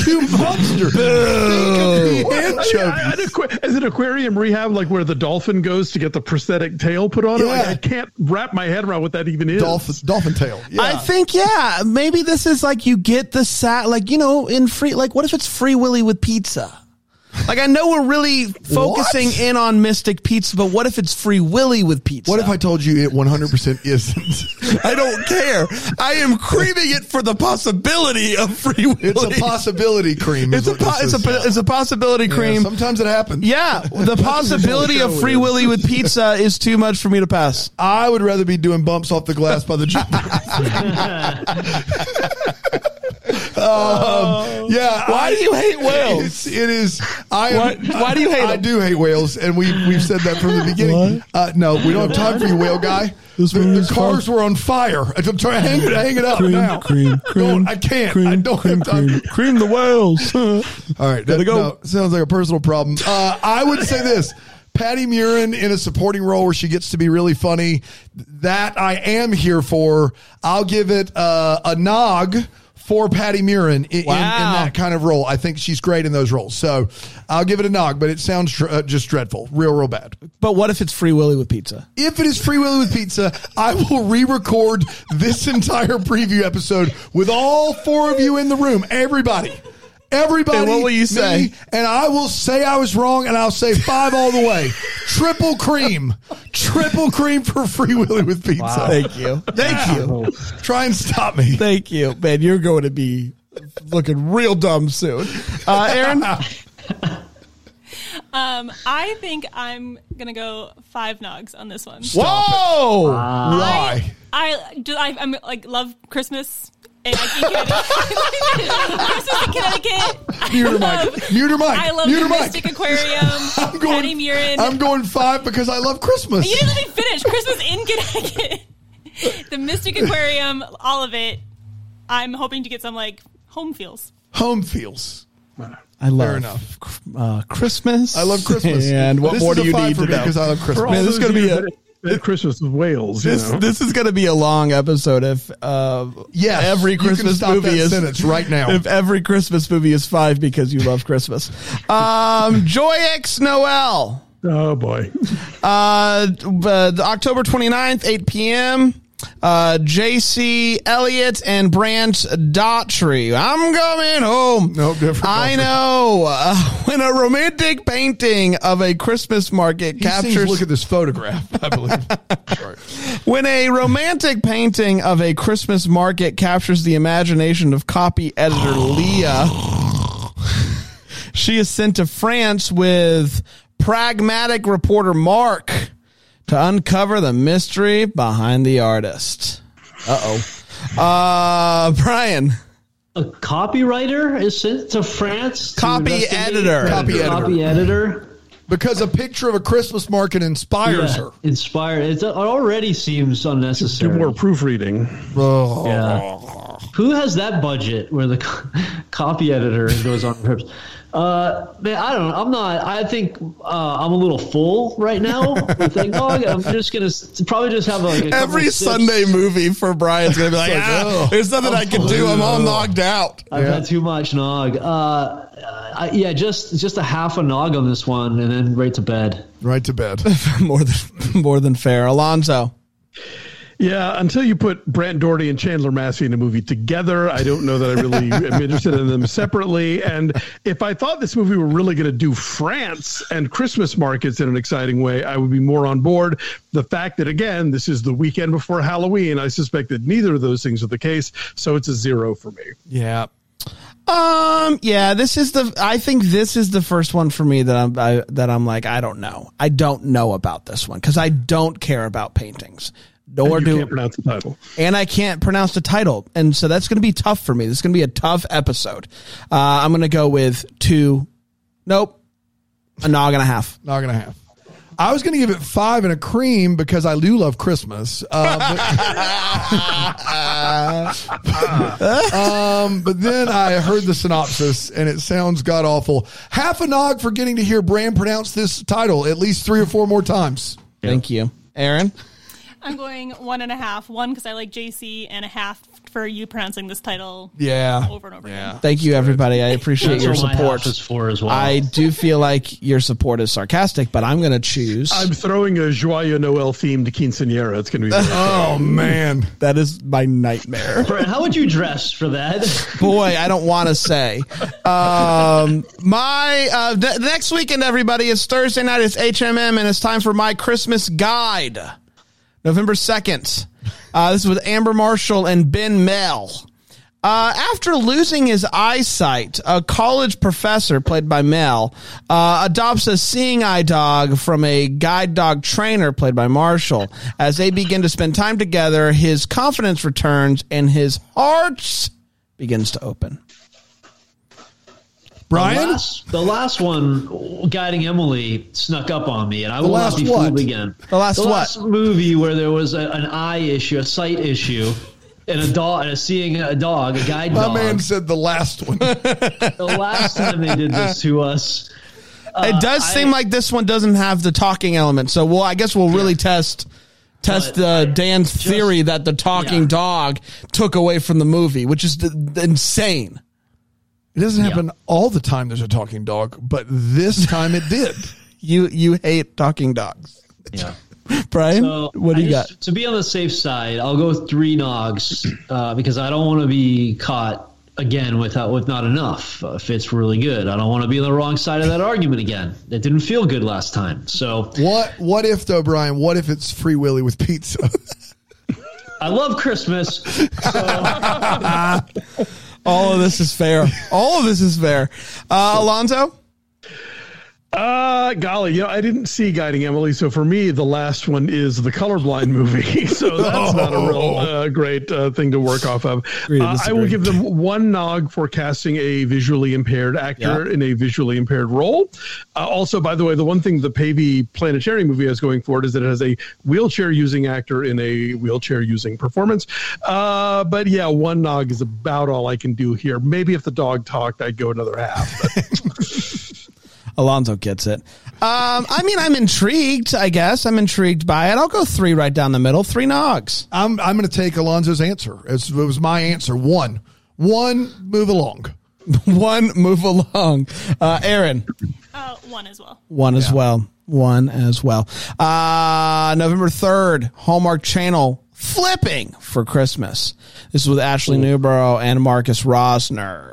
You monster. Think of the I mean, I- anchovy. an aqua- is it aquarium rehab like where the dolphin goes to get the prosthetic tail put on it? Like, Yeah. I can't wrap my head around what that even is. Dolphin, dolphin tail. Yeah. I think yeah, maybe this is like you get the sat like you know in free like what if it's free willy with pizza? Like I know we're really focusing What? in on Mystic Pizza, but what if it's free willy with pizza? what if I told you it 100% isn't? I don't care. I am craving it for the possibility of free willy. It's a possibility cream. is It's a what this po- it's a is. po- it's a possibility Yeah, cream. sometimes it happens. Yeah, (laughs) the possibility of free willy with pizza is too much for me to pass. I would rather be doing bumps off the glass by the (laughs) jumper. um, yeah. Why do you hate whales? It's, it is. I am- Why- why do you hate I them? do hate whales, and we we've said that from the beginning. Uh, no, we don't have time for you, whale guy. This The, room the is cars were on fire. I'm trying to hang it, hang it up Cream, now. cream, cream. (laughs) Don't- I can't. Cream, I don't cream, have time. Cream, cream the whales. All All right, Gotta that go. no, sounds like a personal problem. Uh, I would say this: Patty Murin in a supporting role where she gets to be really funny. That I am here for. I'll give it uh, a nog for Patty Murin in, in, in Wow. that kind of role. I think she's great in those roles, so I'll give it a nog. But it sounds dr- uh, just dreadful, real, real bad. But what if it's Free Willy with pizza? If it is Free Willy with Pizza, I will re-record this entire preview episode with all four of you in the room. Everybody. Everybody. And what will you me, say? and I will say I was wrong, and I'll say five all the way. Triple cream. Triple cream for Free Willy with Pizza. Thank you. Thank you. Try and stop me. Thank you. Man, you're going to be looking real dumb soon. Uh, (laughs) Aaron? Um, I think I'm gonna go five nogs on this one. Whoa! Why? I do. I, I'm like love Christmas. And I think (laughs) Christmas in Connecticut. Mute her I mic. Mute her mic. I love Mute the her mic. Mystic Aquarium. (laughs) I'm going, Patty Murin. I'm going five because I love Christmas. (laughs) you didn't let me finish. Christmas in Connecticut. (laughs) the Mystic Aquarium. All of it. I'm hoping to get some like home feels. Home feels. I love Fair enough. Uh, Christmas. I love Christmas. (laughs) And what This more is do a you five need for to me know? Because I love Christmas. Man, this is gonna be a- a Christmas with Wales. this, you know? this is going to be a long episode if uh, Yes, every you can Christmas stop movie that is sentence right (laughs) now. If every Christmas movie is five because you love Christmas, um, (laughs) Joy X Noel, oh boy, uh, uh, October 29th, eight p.m. Uh, J.C. Elliott and Brant Daughtry. I'm coming home. Nope, different I Daughtry. know. (laughs) Uh, when a romantic painting of a Christmas market He seems- captures look at this photograph, I believe. Sorry. When a romantic painting of a Christmas market captures the imagination of copy editor Leah, she is sent to France with pragmatic reporter Mark to uncover the mystery behind the artist. Uh-oh. Uh Brian, a copywriter is sent to France. to Copy investigate- editor. Copy Copy editor. Because a picture of a Christmas market inspires her. Yeah, inspired. It's, it already seems do unnecessary. more proofreading. Oh. Yeah. Who has that budget where the (laughs) co- copy editor goes on trips? Uh, man, I don't know. I'm not. I think uh, I'm a little full right now. with egg nog. I'm just gonna s- probably just have like a couple every sips. Sunday movie for Brian's going to be like, ah, there's nothing I can do. I'm all knocked out. (laughs) I've had too much nog. Uh, I, yeah, just just a half a nog on this one, and then right to bed. Right to bed. more than more than fair. Alonzo. Yeah, until you put Brant Doherty and Chandler Massey in a movie together, I don't know that I really am interested in them separately. And if I thought this movie were really going to do France and Christmas markets in an exciting way, I would be more on board. The fact that, again, this is the weekend before Halloween, I suspect that neither of those things are the case. So it's a zero for me. Yeah. Um. Yeah. This is the. I think this is the first one for me that I'm. I, that I'm like. I don't know. I don't know about this one because I don't care about paintings. Nor you do, can't pronounce the title. and I can't pronounce the title, and so that's going to be tough for me. This is going to be a tough episode. Uh, I'm going to go with two. Nope, a nog and a half. Not going to have. I was going to give it five and a cream because I do love Christmas. Uh, but, (laughs) um, but then I heard the synopsis and it sounds god awful. Half a nog for getting to hear Bram pronounce this title at least three or four more times. Thank you, Aaron. I'm going one and a half. One because I like JC, and a half for you pronouncing this title Yeah. over and over again. Thank you, everybody. I appreciate That's your what my support. half is for as well. I do feel like your support is sarcastic, but I'm going to choose. I'm throwing a Joyeux Noel themed quinceanera. It's going to be. very exciting. Oh, man. that is my nightmare. Brent, how would you dress for that? boy, I don't want to say. Um, my uh, the next weekend, everybody, is Thursday night. It's HMM, and it's time for my Christmas guide, November second. Uh, this is with Amber Marshall and Ben Mel. Uh, after losing his eyesight, a college professor, played by Mel, uh, adopts a seeing eye dog from a guide dog trainer, played by Marshall. As they begin to spend time together, his confidence returns and his heart begins to open. Brian? The last, the last one, Guiding Emily, snuck up on me, and I will last not be what? fooled again. The last what? movie where there was a, an eye issue, a sight issue, and a dog, and a seeing a dog, a guide My dog. man said the last (laughs) one. The last time they did this (laughs) to us, it does Uh, I- seem like this one doesn't have the talking element. So well, I guess we'll really test test But uh, Dan's theory that the talking yeah. dog took away from the movie, which is d- d- insane. It doesn't happen all the time there's a talking dog, but this time it did. You you hate talking dogs, yeah. Brian? So what do I you just- got? To be on the safe side, I'll go with three nogs uh, because I don't want to be caught again without with not enough. Uh, if it's really good, I don't want to be on the wrong side of that argument again. It didn't feel good last time, so (laughs) What what if though, Brian? What if it's free willy with pizza? I love Christmas. All of this is fair. (laughs) All of this is fair. Uh, Alonzo, Uh, golly, you know, I didn't see Guiding Emily, so for me, the last one is the colorblind movie. (laughs) so that's not a real uh, great uh, thing to work off of. to Uh, I will disagree. give them one nog for casting a visually impaired actor in a visually impaired role. Uh, also, by the way, the one thing the Pavey Planetary movie has going for it is that it has a wheelchair using actor in a wheelchair using performance. Uh, but yeah, one nog is about all I can do here. Maybe if the dog talked, I'd go another half. Alonzo gets it. Um, I mean, I'm intrigued. I guess I'm intrigued by it. I'll go three right down the middle. Three nogs. (laughs) (laughs) I'm I'm going to take Alonzo's answer. It's, it was my answer. One, one. Move along. One move along. Uh, Aaron. Uh, one as well. One as well. One as well. Uh, November 3rd, Hallmark Channel flipping for Christmas. This is with Ashley Newborough and Marcus Rosner.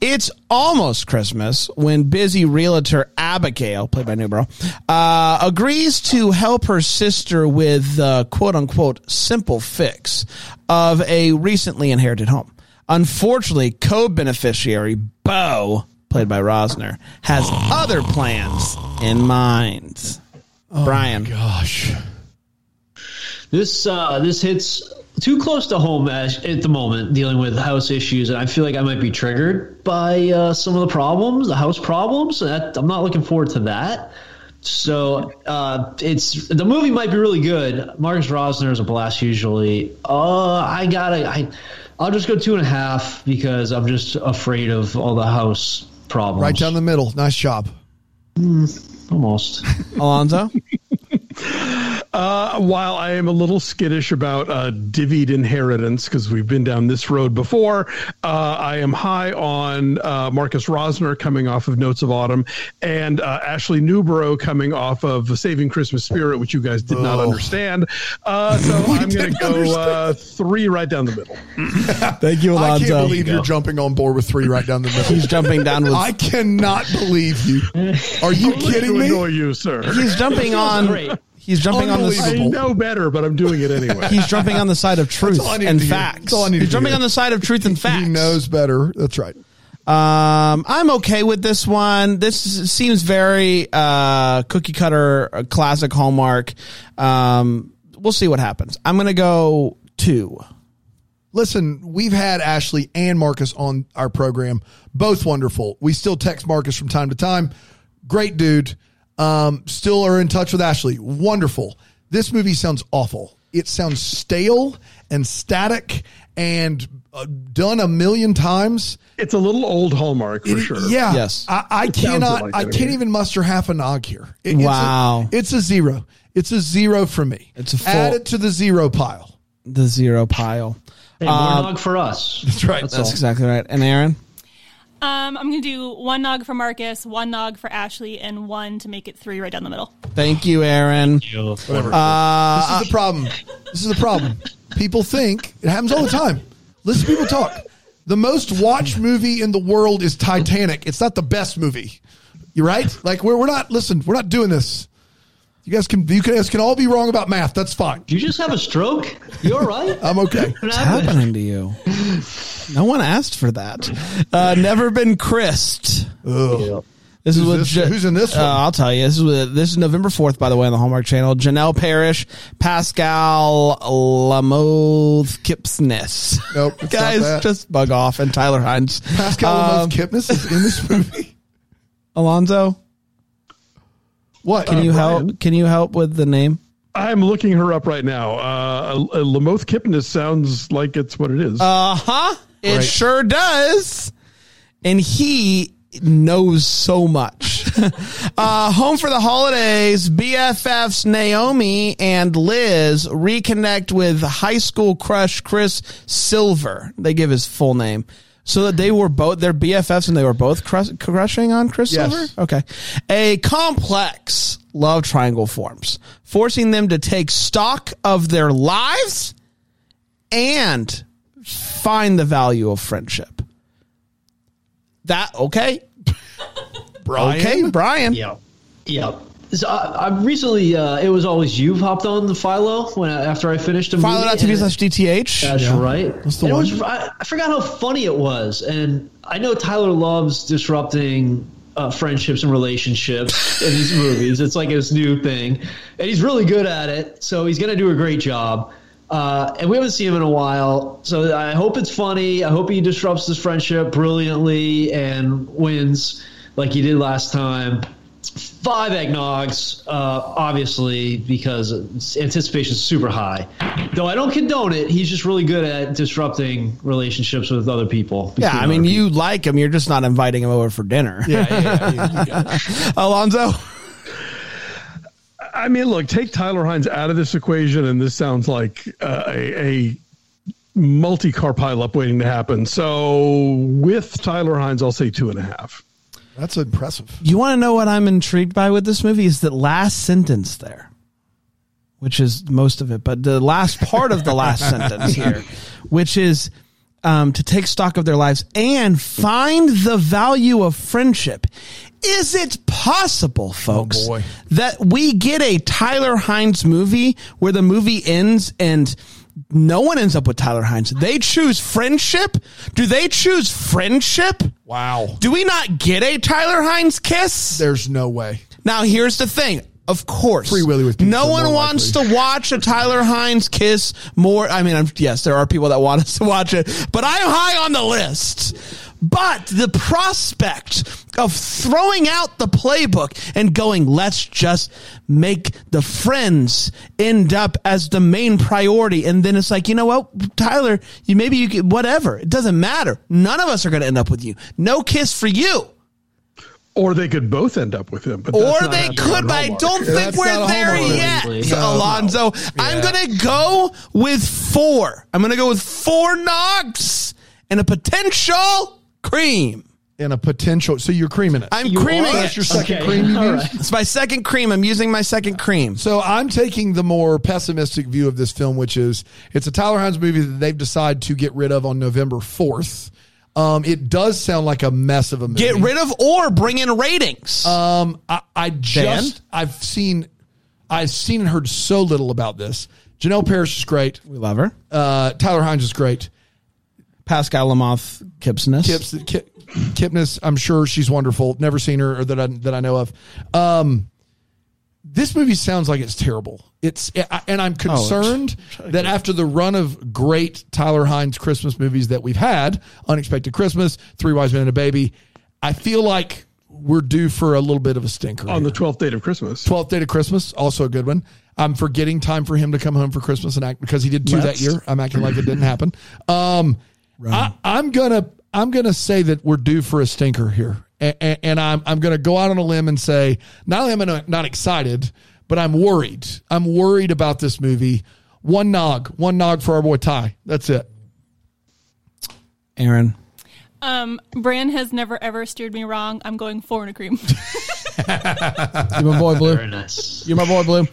It's almost Christmas when busy realtor Abigail, played by Newborough, uh, agrees to help her sister with the quote unquote simple fix of a recently inherited home. Unfortunately, co-beneficiary Bo, played by Rosner, has other plans in mind. Oh Brian, Gosh, This uh, this hits too close to home as, at the moment, dealing with house issues, and I feel like I might be triggered by uh, some of the problems, the house problems. That, I'm not looking forward to that. So uh, it's the movie might be really good. Marcus Rosner is a blast usually. Uh, I gotta I, I'll just go two and a half because I'm just afraid of all the house problems. right down the middle. Nice job. almost. (laughs) Alonzo, while I am a little skittish about uh, divvied inheritance because we've been down this road before, uh, I am high on uh, Marcus Rosner coming off of Notes of Autumn and uh, Ashley Newborough coming off of Saving Christmas Spirit, which you guys did not Oh. understand. (laughs) Uh, so I'm going to didn't go uh, three right down the middle. thank you, I can't believe you're jumping on board with three right down the middle. He's jumping down with. (laughs) I cannot believe (laughs) you. Are you To kidding annoy me? you, sir. he's jumping great. on. He's jumping on I the. Unbelievable. know better, but I'm doing (laughs) it anyway. He's jumping on the side of truth all I needed and to hear. facts. That's all I needed He's to jumping hear. on the side of truth and facts. He knows better. That's right. Um, I'm okay with this one. This is- seems very uh, cookie cutter, uh, classic Hallmark. Um, we'll see what happens. I'm gonna go two. Listen, we've had Ashley and Marcus on our program. Both wonderful. We still text Marcus from time to time. Great dude. Um, still are in touch with Ashley. Wonderful. This movie sounds awful. It sounds stale and static and uh, done a million times. It's a little old Hallmark for It- sure. Yeah. Yes. I, I cannot. like I it. can't even muster half a nog here. It- it's a- Wow. It's a, zero. It's a zero for me. It's a full- add it to the zero pile. The zero pile. Hey, more nog for us. right. That's exactly right. And Aaron, Um, I'm gonna do one nog for Marcus, one nog for Ashley, and one to make it three right down the middle. thank you, Aaron. Whatever. This is the problem. This is the problem. People think it happens all the time. Listen to people talk. The most watched movie in the world is Titanic. It's not the best movie. You right? Like we're, we're not. Listen, we're not doing this. You guys can you guys can all be wrong about math. That's fine. Did you just have a stroke? You all right? I'm okay. What What's happened? happening to you? No one asked for that. Uh, never been crisped. Yeah. This is Who's with this- who's in this Uh, one? I'll tell you. This is with, this is November fourth, by the way, on the Hallmark Channel. Janelle Parrish, Pascal Lamoth Kipsness. Nope, it's not guys, that. just bug off. And Tyler Hines, Pascal Um, um, Kipnis is in this movie. Alonzo, What? can you Brian. help? Can you help with the name? I'm looking her up right now. Uh, Lamoth Kipnis sounds like it's what it is. Uh huh. It Right. sure does. And he knows so much. (laughs) uh, home for the holidays, BFFs Naomi and Liz reconnect with high school crush Chris Silver. They give his full name. So that they were both their BFFs and they were both crush, crushing on Chris Yes. Silver? Okay. A complex love triangle forms, forcing them to take stock of their lives and find the value of friendship. That okay? (laughs) Brian? Okay, Brian. Yeah, yeah. So I, I recently, uh, it was always you hopped on the Philo when I, after I finished a movie. Philo.tv and- slash DTH. That's right. the And one. it was- I, I forgot how funny it was, and I know Tyler loves disrupting uh, friendships and relationships (laughs) in these movies. It's like his new thing, and he's really good at it. So he's gonna do a great job. Uh, and we haven't seen him in a while, so I hope it's funny. I hope he disrupts this friendship brilliantly and wins like he did last time. Five eggnogs, uh, obviously, because anticipation is super high. Though I don't condone it, he's just really good at disrupting relationships with other people. yeah, I mean, you like him. You're just not inviting him over for dinner. Yeah, yeah, yeah, you got it. (laughs) Alonzo. I mean, look, take Tyler Hines out of this equation, and this sounds like uh, a, a multi-car pileup waiting to happen. So, with Tyler Hines, I'll say two and a half. That's impressive. You want to know what I'm intrigued by with this movie is that last sentence there, which is most of it, but the last part of the last sentence here, which is um, to take stock of their lives and find the value of friendship. Is it possible, folks, boy. that we get a Tyler Hines movie where the movie ends and no one ends up with Tyler Hines? They choose friendship. Do they choose friendship? Wow. Do we not get a Tyler Hines kiss? There's no way. Now here's the thing. Of course, Free Willy with pizza, no one more wants likely. to watch a Tyler Hines kiss more. I mean, I'm, yes, there are people that want us to watch it, but I'm high on the list. But the prospect of throwing out the playbook and going, let's just make the friends end up as the main priority. And then it's like, you know what, Tyler, you maybe you could, whatever. It doesn't matter. None of us are going to end up with you. No kiss for you Or they could both end up with him, but that's or not they happening could, on but I Hallmark. don't think That's we're not a there homework, yet, obviously. No. Alonzo. I'm gonna go with four. I'm gonna go with four knocks and a potential cream. And a potential. So you're creaming it. I'm creaming That's it. your second Okay. cream (laughs) you All used? It's my second cream. I'm using my second cream. So I'm taking the more pessimistic view of this film, which is it's a Tyler Hines movie that they've decided to get rid of on November 4th. Um, it does sound like a mess of a movie. Get rid of or bring in ratings. Um, I, I just Dan? I've seen I've seen and heard so little about this. Janelle Parrish is great. we love her. Uh, Tyler Hines is great. Pascal Lamoth Kipsness. Kips, Kip, Kipnis, I'm sure she's wonderful. Never seen her or that I, that I know of. Um, this movie sounds like it's terrible. It's I- and I'm concerned that after the run of great Tyler Hines Christmas movies that we've had, Unexpected Christmas, Three Wise Men and a Baby, I feel like we're due for a little bit of a stinker. on here. the twelfth date of Christmas. 12th Day to Christmas, also a good one. I'm forgetting time for him to come home for Christmas and act because he did two that year. I'm acting like it (clears throat) didn't happen. Um, I, I'm gonna I'm gonna say that we're due for a stinker here, and, and, I'm I'm gonna go out on a limb and say not only am I not- not excited, but I'm worried. I'm worried about this movie. One nog, one nog for our boy Ty. That's it. Aaron. Um, Bran has never ever steered me wrong. I'm going four and a cream. You're my boy, Blue. Very nice. You're my boy, Blue.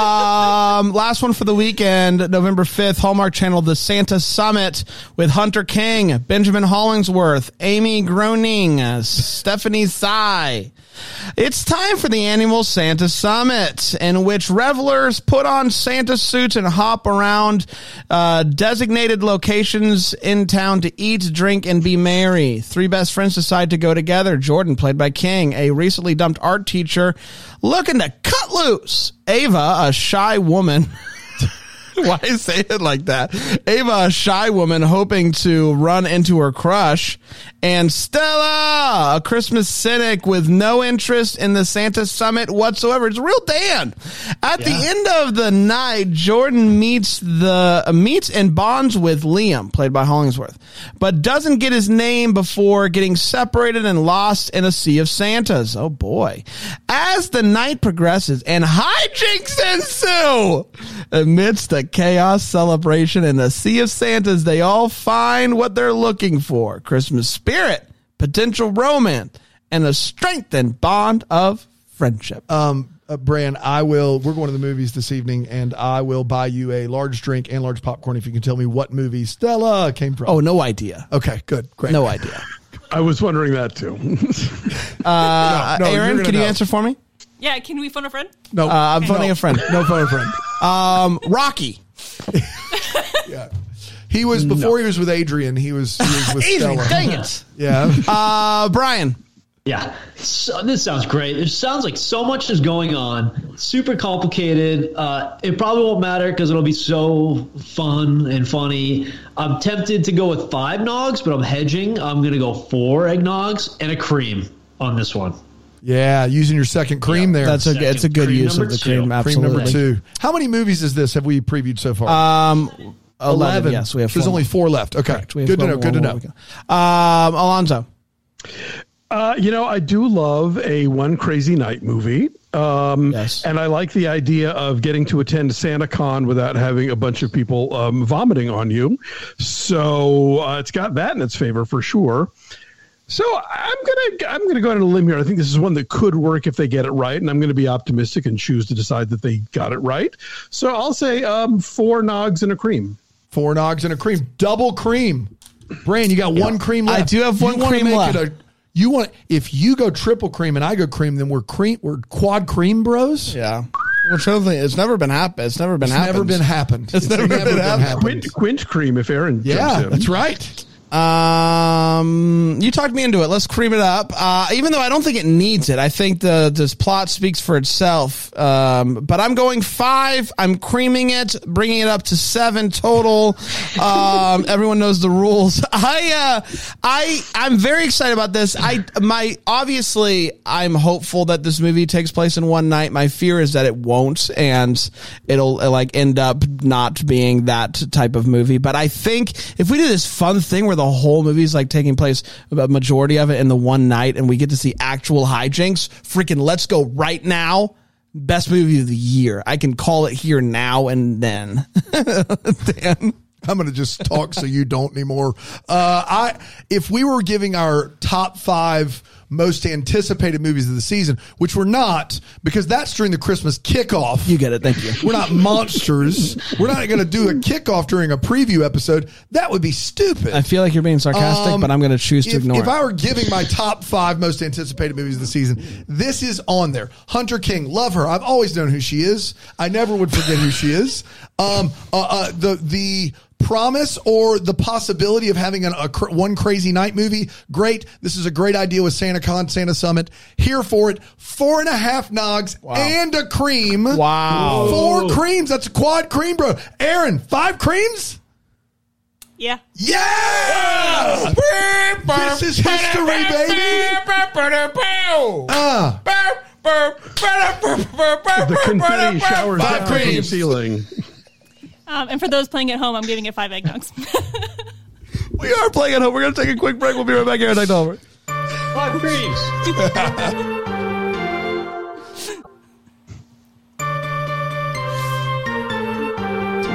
Um, last one for the weekend, November 5th, Hallmark Channel, The Santa Summit with Hunter King, Benjamin Hollingsworth, Amy Groening, uh, Stephanie Sy. It's time for the annual Santa Summit, in which revelers put on Santa suits and hop around uh, designated locations in town to eat, drink, and be merry. Three best friends decide to go together. Jordan, played by King, a recently dumped art teacher, looking to cut loose. Ava, a shy woman. (laughs) Why say it like that? Ava, a shy woman hoping to run into her crush, and Stella, a Christmas cynic with no interest in the Santa summit whatsoever. It's a real Dan. At the end of the night, Jordan meets the meets and bonds with Liam, played by Hollingsworth, but doesn't get his name before getting separated and lost in a sea of Santas. Oh boy. As the night progresses and hijinks ensue amidst the chaos celebration and the sea of Santas, they all find what they're looking for Christmas spirit, potential romance, and a strengthened bond of friendship. Um, uh, Bran, I will. We're going to the movies this evening, and I will buy you a large drink and large popcorn if you can tell me what movie Stella came from. oh, no idea. okay, good, great. No idea. I was wondering that too. (laughs) Uh, No, no, you're Aaron, gonna can you know. answer for me? Yeah, can we phone a friend? no, Uh, I'm phoning no. a friend. No phone a friend. Um, Rocky. He was before he was with Adrian. He was, he was with (laughs) Adrian, Stella. dang it. Yeah, Uh, Brian. Yeah, so, this sounds great. It sounds like so much is going on, super complicated. Uh, it probably won't matter because it'll be so fun and funny. I'm tempted to go with five nogs, but I'm hedging. I'm gonna go four eggnogs and a cream on this one. yeah. Using your second cream there. That's a Second it's a good cream use of number the two. cream. Cream cream Absolutely. number two. How many movies is this? Have we previewed so far? Um, 11, Yes, we have. There's four only more. four left. Okay, We have good to one know. more, Good to one know. more we go. Um, Alonzo. Uh, you know, I do love a one crazy night movie. Um, Yes. And I like the idea of getting to attend SantaCon without having a bunch of people um, vomiting on you. So uh, it's got that in its favor for sure. So I'm gonna I'm gonna go out on a limb here. I think this is one that could work if they get it right, and I'm gonna be optimistic and choose to decide that they got it right. So I'll say um, four nogs and a cream. Four nogs and a cream. Double cream. Brain, you got one cream left. I do have You one wanna cream make left. it a- you want if you go triple cream and I go cream, then we're cream we're quad cream bros. Yeah. Which hopefully it's never been happen. It's never been It's happened. never been happened. It's never been happened. Quint, quint cream if Aaron. Yeah, jumps in. that's right. Um, you talked me into it. Let's cream it up. Uh, even though I don't think it needs it, I think the this plot speaks for itself. Um, but I'm going five. I'm creaming it, bringing it up to seven total. Um, (laughs) everyone knows the rules. (laughs) I uh, I I'm very excited about this. I my obviously I'm hopeful that this movie takes place in one night. My fear is that it won't, and it'll uh, like end up not being that type of movie. But I think if we do this fun thing where the whole movie's like taking place, a majority of it in the one night, and we get to see actual hijinks, freaking let's go right now. Best movie of the year. I can call it here now and then. (laughs) Dan. I'm going to just talk so you don't anymore. Uh, I if we were giving our top five most anticipated movies of the season, which we're not, because that's during the Christmas kickoff. You get it. Thank you. We're not monsters. We're not going to do a kickoff during a preview episode. That would be stupid. I feel like you're being sarcastic, Um, but I'm going to choose to if, ignore if it. I were giving my top five most anticipated movies of the season, this is on there. Hunter King, love her. I've always known who she is. I never would forget who she is. Um, uh, uh, the the promise or the possibility of having an, a cr- one crazy night movie, great. This is a great idea with SantaCon, Santa Summit. Here for it. Four and a half nogs and a cream. Wow. Four creams. That's a quad cream, bro. Aaron, five creams. Yeah. Yeah! This is history, baby. Ah, The confetti showers Five down from the creams. ceiling. Um, and for those playing at home, I'm giving it five eggnogs. (laughs) we are playing at home. We're going to take a quick break. We'll be right back here at over. Five creams.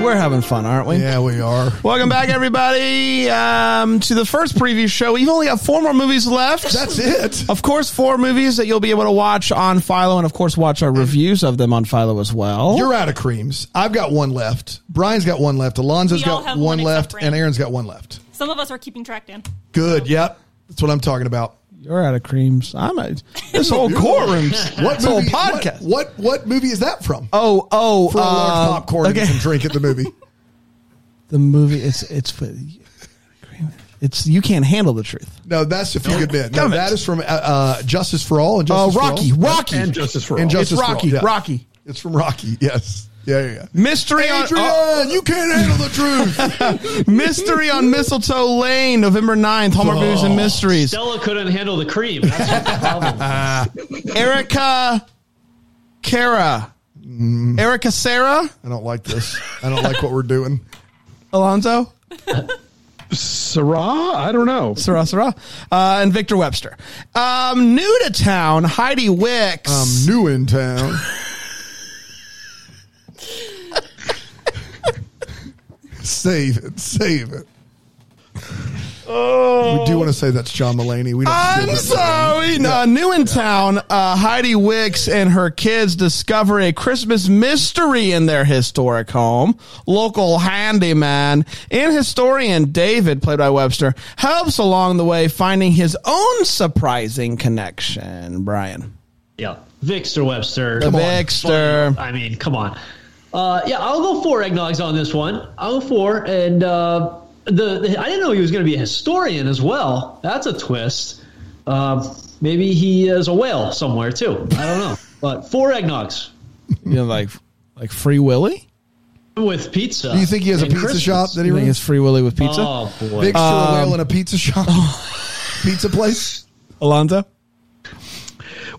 We're having fun, aren't we? Yeah, we are. Welcome back, everybody, um, to the first preview show. We've only got four more movies left. That's it. Of course, four movies that you'll be able to watch on Philo, and of course, watch our reviews of them on Philo as well. You're out of creams. I've got one left. Brian's got one left. Alonzo's We all got have one, one except left, Brandon. and Aaron's got one left. Some of us are keeping track, Dan. Good. Yep. That's what I'm talking about. You're out of creams. I'm a, this whole courtroom's what this whole movie- what- podcast. What, what movie is that from? Um, Oh, oh, For a large uh, popcorn okay. and some drink at the movie. (laughs) the movie. It's it's for- it's you can't handle the truth. No, that's if you could bid. No, Damn it. that is from uh, uh, Justice for All and Uh, Justice Rocky, for All. Rocky, And Justice for And All. Justice it's for Rocky, All, yeah. Rocky. It's from Rocky. Yes. Yeah. Yeah. yeah. Mystery on Adrian, oh, you can't handle the truth. (laughs) Mystery on Mistletoe Lane, November 9th, Hallmark Movies and Mysteries. Stella couldn't handle the cream. That's what the problem. was. Erica Cara. Erica Sarah I don't like this. I don't like what we're doing. Alonso. Sarah? I don't know. Sarah Sarah. Uh, and Victor Webster. Um, new to town, Heidi Wicks. I'm new in town. save it. Save it. Oh. We do want to say that's John Mulaney. We don't (laughs) I'm forgive that. sorry. No, new in town, uh, Heidi Wicks and her kids discover a Christmas mystery in their historic home. Local handyman and historian David, played by Webster, helps along the way finding his own surprising connection. Brian. Yeah, Vixter Webster. Vixter. I mean, come on. Uh, yeah, I'll go four eggnogs on this one. I'll go four, and uh, the, the I didn't know he was going to be a historian as well. That's a twist. Uh, maybe he is a whale somewhere too. I don't know. But four eggnogs You know, like, like Free Willy? with pizza. Do you think he has a and pizza Christmas. shop that he You think runs? it's Free Willy with pizza? Oh boy! Big um, whale in a (laughs) pizza shop, pizza place. Alonzo?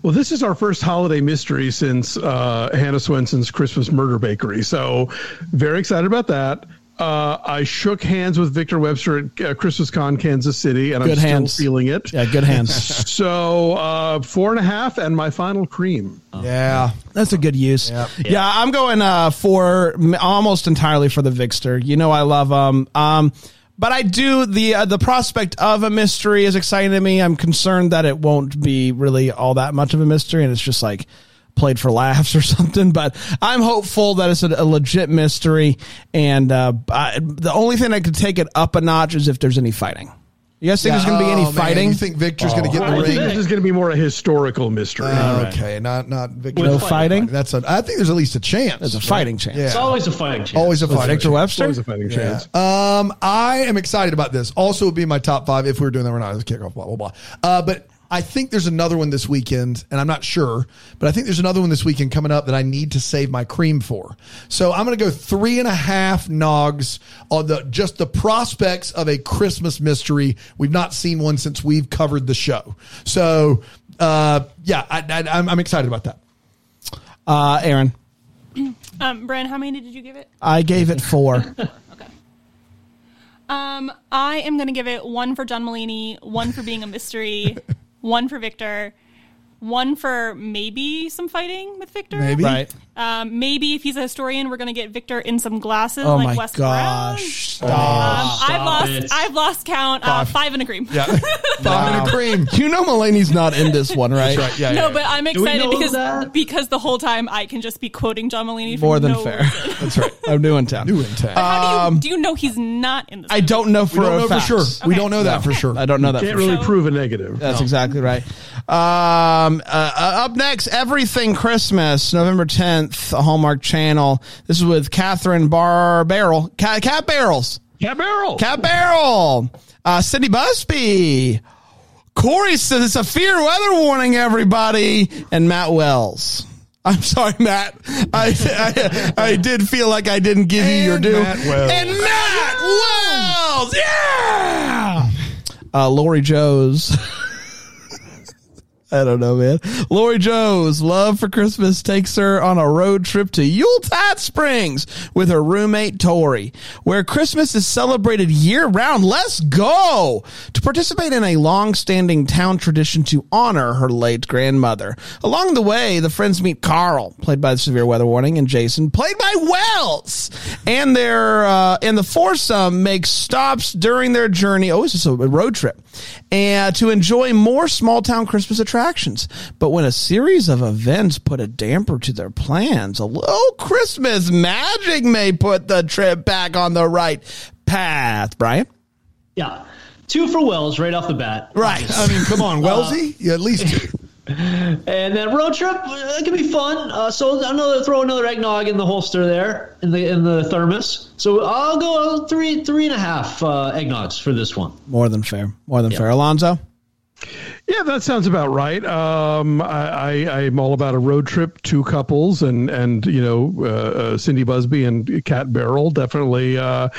Well, this is our first holiday mystery since uh, Hannah Swenson's Christmas Murder Bakery. So, very excited about that. Uh, I shook hands with Victor Webster at uh, Christmas Con Kansas City, and Good I'm hands. still feeling it. Yeah, good hands. (laughs) So, uh, four and a half, and my final cream. Yeah, That's a good use. Yeah. I'm going uh, for m- almost entirely for the Vixter. You know, I love them. Um, but I do the uh, the prospect of a mystery is exciting to me. I'm concerned that it won't be really all that much of a mystery, and it's just like played for laughs or (laughs) something. But I'm hopeful that it's a, a legit mystery, and uh, I, the only thing that could take it up a notch is if there's any fighting. You guys think there's going to be Oh, any man, fighting? You think Victor's going to get in I the (laughs) think ring? Ah, this is going to be more a historical mystery. Ah, Okay, not not Victor. no fighting? That's a. I think there's at least a chance. There's a fighting chance. Yeah. It's always a fighting chance. Always a fighting. Victor Webster. Always a fighting chance. Um, I am excited about this. Also, would be my top five if we were doing that or not. It's kickoff, blah blah blah. Uh, but I think there's another one this weekend, and I'm not sure, but I think there's another one this weekend coming up that I need to save my cream for. So I'm going to go three and a half nogs on the just the prospects of a Christmas mystery. We've not seen one since we've covered the show. So uh, yeah, I, I, I'm, I'm excited about that. Uh, Aaron, Um, Bren, how many did you give it? I gave it four. Um, I am going to give it one for John Mulaney, one for being (laughs) a mystery, one for Victor, one for maybe some fighting with Victor. (laughs) Maybe. right. Um, maybe if he's a historian, we're going to get Victor in some glasses Oh like my Wes Brown. gosh. Um, I've lost. it. I've lost count. Uh, five and a cream. (laughs) Yeah, five Oh, and a cream. (laughs) You know Mulaney's not in this one, right? Right. Yeah. No, yeah, but I'm we excited know because that? because the whole time I can just be quoting John Mulaney. for More than no fair. reason. That's right. I'm new in town. yeah. new in town. How do you do you know he's not in this? I don't know for we don't a know fact. for sure. We Okay. don't know that for sure. I don't know that. Can't for sure. really So- prove a negative. That's exactly right. Um, uh, uh, up next, Everything Christmas, November 10th, a Hallmark Channel. This is with Catherine Bar Barrel, Cat, Cat Barrels, Cat barrel. Cat Barrel, uh, Cindy Busby, Corey says it's a fear weather warning, everybody, and Matt Wells. I'm sorry, Matt. I, I, I did feel like I didn't give you your And due. Matt Wells. And Matt Wells, yeah. Uh, Lori Joe's. I don't know, man. Lori Joe's love for Christmas takes her on a road trip to Yuletide Springs with her roommate Tori, where Christmas is celebrated year round. Let's go to participate in a long standing town tradition to honor her late grandmother. Along the way, the friends meet Carl, played by the severe weather warning, and Jason, played by Wells, and their uh, and the foursome make stops during their journey. Oh, this is a road trip, and to enjoy more small town Christmas attractions. But when a series of events put a damper to their plans, a little Christmas magic may put the trip back on the right path. Brian, Yeah. Two for Wells right off the bat. right? I mean, (laughs) come Uh, on, Wellesley. Yeah, at least two. And then road trip, uh, it can be fun. Uh, so another throw another eggnog in the holster there in the in the thermos. So I'll go three three and a half uh, eggnogs for this (laughs) one. More than fair. More than fair. Alonzo. Yeah, that sounds about right. Um, I, I, I'm all about a road trip, two couples, and and you know uh, uh, Cindy Busby and Cat Barrel definitely uh,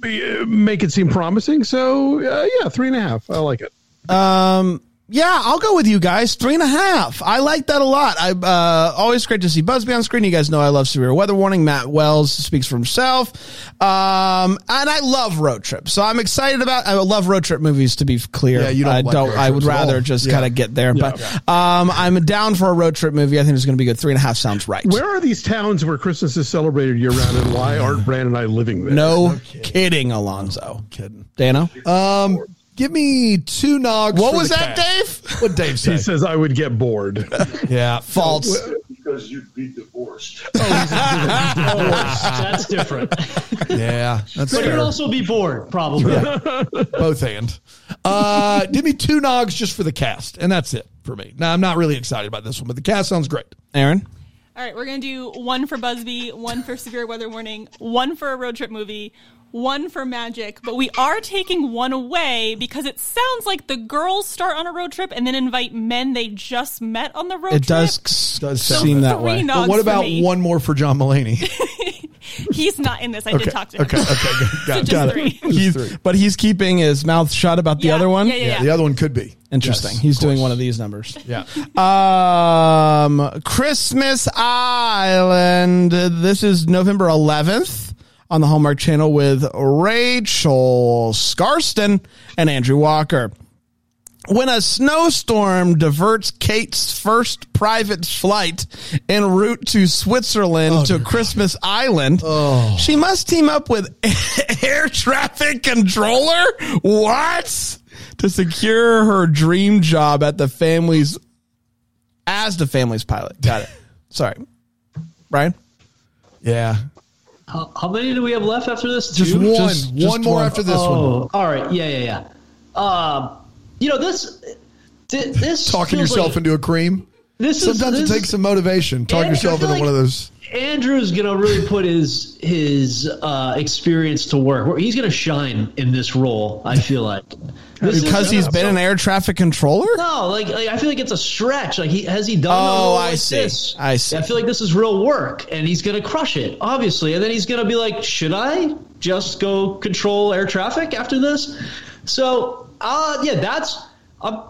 be- make it seem promising. So uh, yeah, three and a half. I like it. Yeah, I'll go with you guys. Three and a half. I like that a lot. I uh, always great to see Busby on screen. You guys know I love severe weather warning. Matt Wells speaks for himself, um, and I love road trips. So I'm excited about. I love road trip movies. To be clear, Yeah, you don't I like road I would trips at all. rather just Yeah. kind of get there. But um, I'm down for a road trip movie. I think it's going to be good. Three and a half sounds right. Where are these towns where Christmas is celebrated year round, and why aren't Brand and I living there? no kidding, Alonzo. kidding, Dano. Uh, um, Give me two nogs. what for was the that, cat. Dave? What Dave He said? says I would get bored. yeah, False. because you'd be divorced. That's (laughs) different. yeah. That's but you'd fair. also be bored probably. both hands. Uh, give me two nogs just for the cast, and that's it for me. Now I'm not really excited about this one, but the cast sounds great. Aaron. All right, we're going to do one for Busby, one for Severe Weather Warning, one for a road trip movie, one for Magic, but we are taking one away because it sounds like the girls start on a road trip and then invite men they just met on the road trip. It does, Does sound seem bad. that way. Three But nods what for about me. one more for John Mulaney? (laughs) He's not in this. I did talk to him. okay, (laughs) okay, got it. just Got it. three. He's- three. but he's keeping his mouth shut about the Yeah, other one. Yeah, yeah, Yeah, yeah. the other one could be Interesting. Yes, he's of doing course. one of these numbers. (laughs) Yeah, Um, Christmas Island. This is November 11th on the Hallmark Channel with Rachel Scarston and Andrew Walker. When a snowstorm diverts Kate's first private flight en route to Switzerland to Christmas Island, she must team up with (laughs) air traffic controller. What? To secure her dream job at the family's as the family's pilot. (laughs) Got it. Sorry, Brian. yeah. How, how many do we have left after this? Just Two? one, just- one just more one. after this one. Oh, all right. Yeah, yeah, yeah. Um, you know this. thi- This Talking feels yourself like- into a cream. This is- Sometimes this it takes is- some motivation. Talk Yeah, I yourself feel into one like- of those. Andrew's gonna really put his his uh, experience to work. He's gonna shine in this role. I feel like This is- Because he's been an air traffic controller? no, like, like, I feel like it's a stretch. Like he has he done? Oh, a role I like see. this? I see. I feel like this is real work, and he's gonna crush it, obviously. And then he's gonna be like, should I just go control air traffic after this? So, uh, yeah, that's. i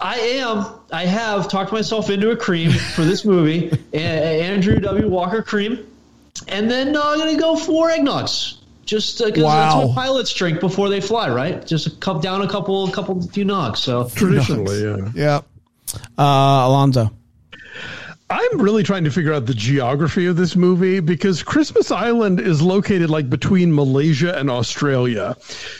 I am. I have talked myself into a cream for this movie, (laughs) A- A- Andrew W. Walker cream, and then uh, I'm gonna go four eggnogs. Just because Wow. that's what pilots drink before they fly, right? Just a cup down a couple, a couple few nogs. So Traditionally, yeah. Yeah. Uh, Alonzo. I'm really trying to figure out the geography of this movie because Christmas Island is located like between Malaysia and Australia.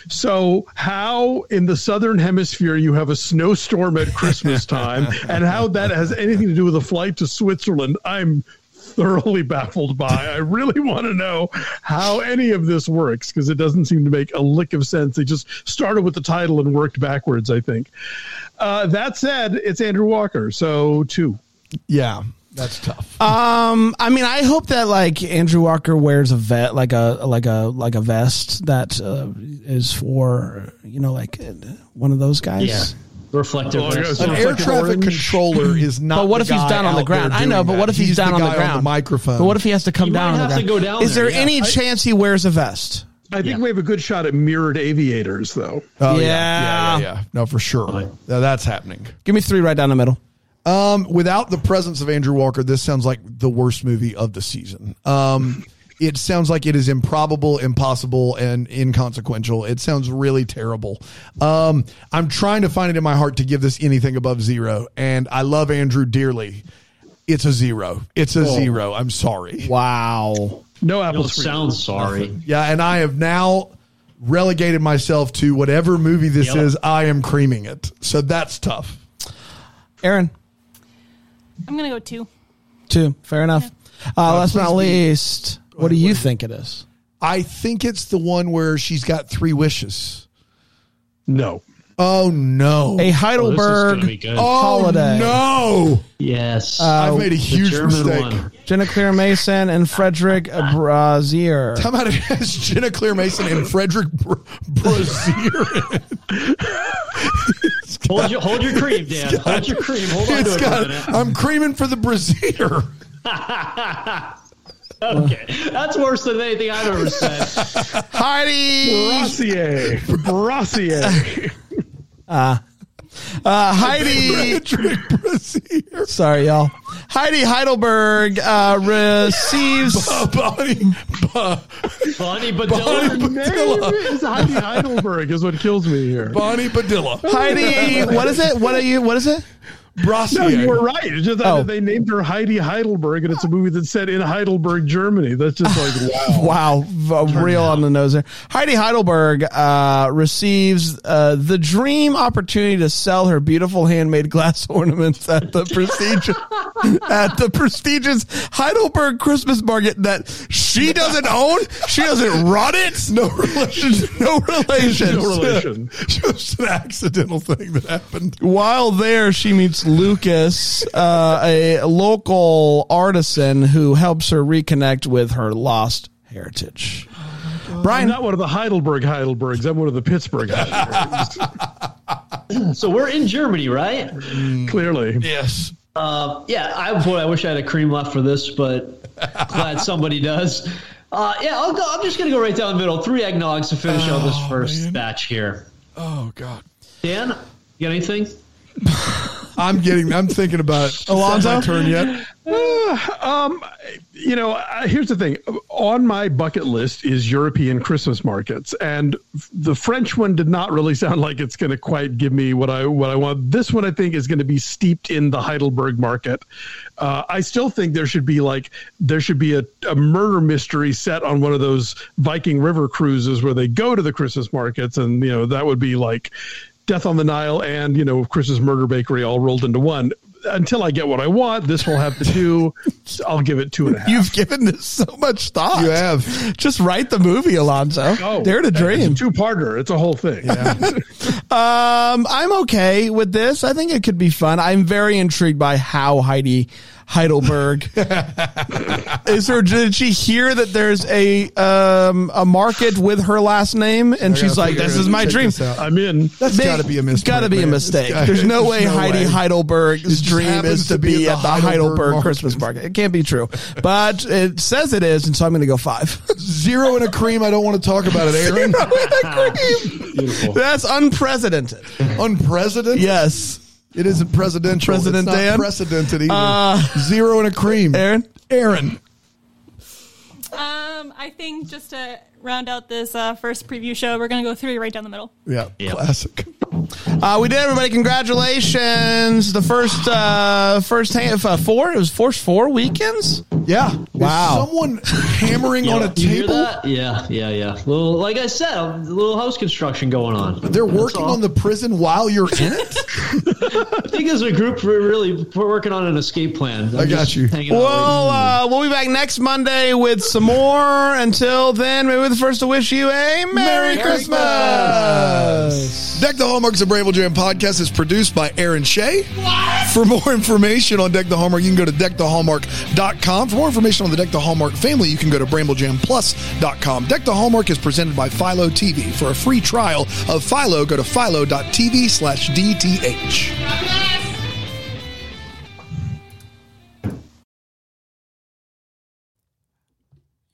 So, how in the southern hemisphere you have a snowstorm at Christmas time and how that has anything to do with a flight to Switzerland, I'm thoroughly baffled by. I really want to know how any of this works because it doesn't seem to make a lick of sense. They just started with the title and worked backwards, I think. Uh, that said, it's Andrew Walker, so two. Yeah. That's tough. Um, I mean, I hope that like Andrew Walker wears a vet, like a like a like a vest that uh, is for you know like uh, one of those guys. Yeah. Reflective. Oh, vest. yeah, An Sounds Uh, air like an traffic orange. (clears throat) controller is not. But what the if he's guy down on the out there ground? I know, doing but that. what if he's, down on guy the ground? microphone. But what if he has to come He down? might on the have to ground? go down Is there there, yeah. any chance he wears a vest? I think Yeah. Uh, we have a good shot at mirrored aviators, though. Oh, Yeah. yeah, yeah, yeah. No, for sure. Now, that's happening. Give me three right down the middle. Um, without the presence of Andrew Walker, this sounds like the worst movie of the season. (laughs) Um, it sounds like it is improbable, impossible, and inconsequential. It sounds really terrible. Um, I'm trying to find it in my heart to give this anything above zero, and I Oh. love Andrew dearly. It's a zero. It's a zero. I'm sorry. Wow. No Don't apples for you. sound sorry. Yeah, and I have now relegated myself to whatever movie this Yep. is, I am creaming it. So that's tough. Aaron, I'm gonna go two. two. Fair enough. Uh, last but not please be- least, what do you think it is? I think it's the one where she's got three wishes. No. Oh A Well, this is gonna no. be Heidelberg good. Oh. holiday. No. yes. I've made a Oh, the Uh, huge German mistake. one. Jenna Claire Mason and Frederick Brazier. How about it has Jenna Claire Mason and Frederick Br- (laughs) Brazier? Hold your, hold your cream, Dan. Hold your cream. Hold on to It's it for a got, minute. I'm creaming for the Brazier. Okay. That's worse than anything I've ever said. (laughs) Heidi! Brassier. (laughs) Brassier. Uh, Heidi! Frederick (laughs) Brazier. Sorry, y'all. Heidi Heidelberg uh, (laughs) receives. Uh, Bonnie, Bo- Bonnie Bonnie Badilla. Badilla. It's Heidi Heidelberg is what kills me here. Bonnie Badilla. Heidi, what is it? What are you? What is it? No, Brassier. you were right. It's just that Oh. they named her Heidi Heidelberg, and it's a movie that's set in Heidelberg, Germany. That's just (laughs) like wow. Wow, v- real on the nose there. Heidi Heidelberg uh, receives uh, the dream opportunity to sell her beautiful handmade glass (laughs) ornaments at the prestigious at the prestigious Heidelberg Christmas market that she doesn't own. She doesn't run it. (laughs) No relation. No relations. No relation. (laughs) Just an accidental thing that happened. While there, she meets Lucas, uh, a local artisan who helps her reconnect with her lost heritage. I'm not one of the Heidelberg Heidelbergs. I'm one of the Pittsburgh (laughs) Heidelbergs. So we're in Germany, right? Clearly, Yes. Uh, yeah, I boy, I wish I had a cream left for this, but (laughs) glad somebody does. Uh, yeah, I'll go, I'm just gonna go right down the middle. Three eggnogs to finish out this first batch here. Oh God. Dan, you got anything? I'm getting. I'm thinking about it. Alonzo? It's not my turn yet? um, you know, I, here's the thing. On my bucket list is European Christmas markets, and f- the French one did not really (laughs) sound like it's going to quite give me what I what I want. This one, I think, is going to be steeped in the Heidelberg market. Uh, I still think there should be like there should be a, a murder mystery set on one of those Viking River cruises where they go to the Christmas markets, and you know that would be like Death on the Nile and you know Chris's Murder Bakery all rolled into one. Until I get what I want, this will have to do. I'll give it two and a half. You've given this so much thought. You have. Just write the movie, Alonzo. Oh, Dare to dream. Two parter. It's a whole thing. Um, I'm okay with this. I think it could be fun. I'm very intrigued by how Heidi (laughs) Heidelberg is her. Did she hear that there's a um a market with her last name, and she's like, "This is my dream." Uh, That's (laughs) I'm in. That's got to be a mistake. Got to be a mistake. There's no way Heidi Heidelberg's dream happens is to be at the Heidelberg market. Christmas market. It can't be true, but it says it is, and so I'm going to go five. (laughs) Zero and a cream. I don't want to talk about it, Aaron. (laughs) Beautiful. That's unprecedented. Unprecedented. Yes. It isn't presidential. President it's not Dan? Precedented either. Zero and a cream. Aaron? Uh, Aaron. Um, I think just to round out this uh, first preview show, we're gonna go three right down the middle. Yeah. Classic. Uh, we did, everybody. Congratulations! The first, uh, first hand, uh, four. It was first four weekends. Yeah. Wow. Is someone (laughs) hammering on a you hear table. that? Yeah, yeah, yeah. Little, like I said, a little house construction going on. They're That's working all. on the prison while you're in (laughs) it. I think as a group, we're really we're working on an escape plan. I'm I got just you. hanging out Well, waiting. uh, we'll be back next Monday with some more. Until then, maybe we're the first to wish you a Merry, Christmas. Deck the Hallmarks of Bramble Jam podcast is produced by Aaron Shea. For more information on Deck the Hallmark, you can go to deckthehallmark.com. For more information on the Deck the Hallmark family, you can go to bramblejamplus.com. Deck the Hallmark is presented by Philo TV. For a free trial of Philo, go to philo.tv slash DTH. Yes.